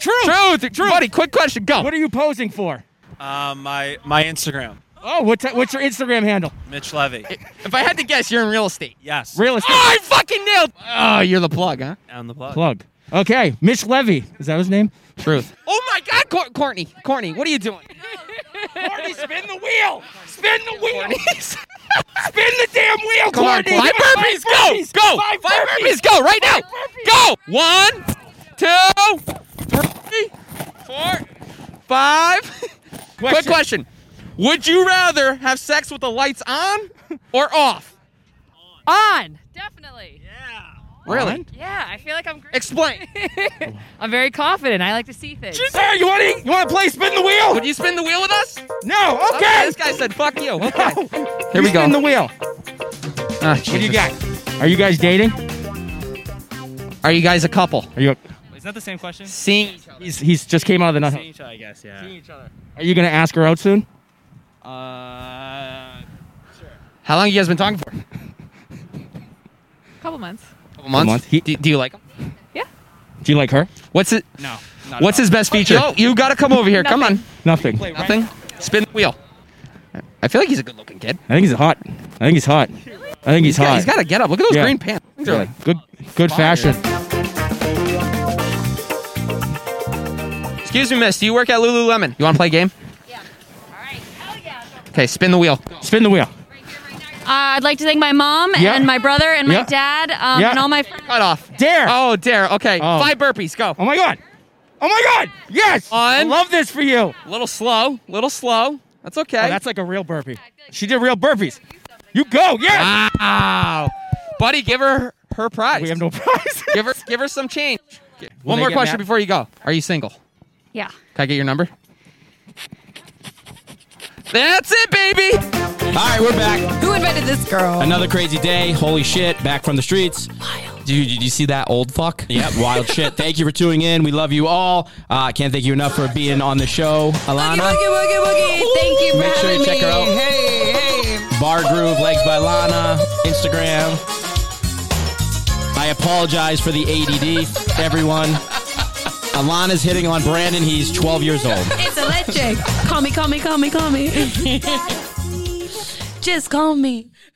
Speaker 7: Truth. Truth.
Speaker 8: Buddy, quick question. Go.
Speaker 7: What are you posing for?
Speaker 9: Uh, my my Instagram,
Speaker 7: Oh, what's what's your Instagram handle? Eh,
Speaker 9: Mitch Levy.
Speaker 8: if I had to guess, you're in real estate.
Speaker 9: Yes.
Speaker 7: Real estate.
Speaker 8: I fucking nailed. Oh, you're the plug, huh?
Speaker 9: Down the plug.
Speaker 7: Plug. Okay, Mitch Levy. Is that his name?
Speaker 8: Truth. Oh my God, Cour- Courtney. Courtney, what are you doing?
Speaker 7: Courtney, spin the wheel. Spin the wheel. spin the damn wheel,
Speaker 8: Come on,
Speaker 7: Courtney.
Speaker 8: five burpees.
Speaker 7: burpees.
Speaker 8: Go, go.
Speaker 7: Five
Speaker 8: Five,
Speaker 7: burpees.
Speaker 8: burpees. Go right now.
Speaker 7: burpees.
Speaker 8: Go. One, two, three, four, five. Quick question. Would you rather have sex with the lights on or off?
Speaker 10: On. Definitely.
Speaker 8: Really?
Speaker 10: Yeah, I feel like I'm great.
Speaker 8: Explain.
Speaker 10: I'm very confident. I like to see things.
Speaker 7: Sir, you want to you want to play spin the wheel?
Speaker 8: Would you spin the wheel with us?
Speaker 7: No,
Speaker 8: Okay,
Speaker 7: okay.
Speaker 8: this guy said fuck you. Okay.
Speaker 7: Here
Speaker 8: we go.
Speaker 7: Spin the wheel.
Speaker 8: Ah,
Speaker 7: What do you
Speaker 8: Jesus.
Speaker 7: got? Are you guys dating?
Speaker 8: Are you guys a couple?
Speaker 7: Are you?
Speaker 9: Is that the same question?
Speaker 8: Seeing each other.
Speaker 7: He's he's just came out of the nut.
Speaker 9: each other, I guess. Yeah. Seeing each other.
Speaker 7: Are you gonna ask her out soon?
Speaker 9: Uh,
Speaker 8: How long you guys been talking for? A
Speaker 10: couple months.
Speaker 8: couple months.
Speaker 7: month. He-
Speaker 8: do, do you like him?
Speaker 7: Do you like her?
Speaker 8: What's it?
Speaker 9: no. Not
Speaker 8: What's his best feature? Yo, you gotta come over here. come on.
Speaker 7: Nothing.
Speaker 8: Nothing. Spin the wheel. I feel like he's a good-looking kid.
Speaker 7: I think he's hot. I think he's hot. I think he's
Speaker 8: He's got,
Speaker 7: hot.
Speaker 8: he's got to get up. Look at those
Speaker 7: Yeah.
Speaker 8: green pants. They're
Speaker 7: Yeah,
Speaker 8: like-
Speaker 7: good good fashion.
Speaker 8: Excuse me, miss. Do you work at Lululemon? You want to play a game?
Speaker 6: Yeah. All right. Hell yeah.
Speaker 8: Okay, spin the wheel.
Speaker 7: Spin the wheel.
Speaker 6: Right here, right now.
Speaker 10: I'd like to thank my mom
Speaker 7: Yeah.
Speaker 10: and my brother and
Speaker 7: Yeah.
Speaker 10: my dad um,
Speaker 7: Yeah.
Speaker 10: and all my friends.
Speaker 8: Cut off.
Speaker 7: Dare. Oh,
Speaker 8: Oh, dare. Okay,
Speaker 7: Oh.
Speaker 8: five burpees. Go.
Speaker 7: my god. Oh my god. Yes. I
Speaker 8: On.
Speaker 7: love this for you.
Speaker 8: A little slow. Little slow. That's okay.
Speaker 7: Oh, that's like a real burpee. She did real burpees. You go. Yes.
Speaker 8: wow. Buddy, give her her prize.
Speaker 7: We have no prize.
Speaker 8: give her give her some change. One
Speaker 7: they
Speaker 8: more
Speaker 7: get
Speaker 8: question
Speaker 7: mad?
Speaker 8: before you go. Are you single? Can
Speaker 10: Yeah.
Speaker 8: I get your number? That's it, baby.
Speaker 3: All right, we're back.
Speaker 1: Who invited this girl?
Speaker 3: Another crazy day. Holy shit. Back from the streets.
Speaker 4: Dude, did you see that old fuck?
Speaker 3: Yep, wild shit. Thank you for tuning in. We love you all. Uh, can't thank you enough for being on the show,
Speaker 1: Boogie,
Speaker 3: Alana.
Speaker 1: boogie, boogie, boogie. Thank you for
Speaker 3: Make sure you
Speaker 1: having
Speaker 3: check
Speaker 1: me.
Speaker 3: her out.
Speaker 1: Hey, hey.
Speaker 3: Bar Groove, Legs by Lana, Instagram. I apologize for the ADD, everyone. Alana's hitting on Brandon. He's 12 years old.
Speaker 1: It's electric. call me, call me, call me, call me. Just call me.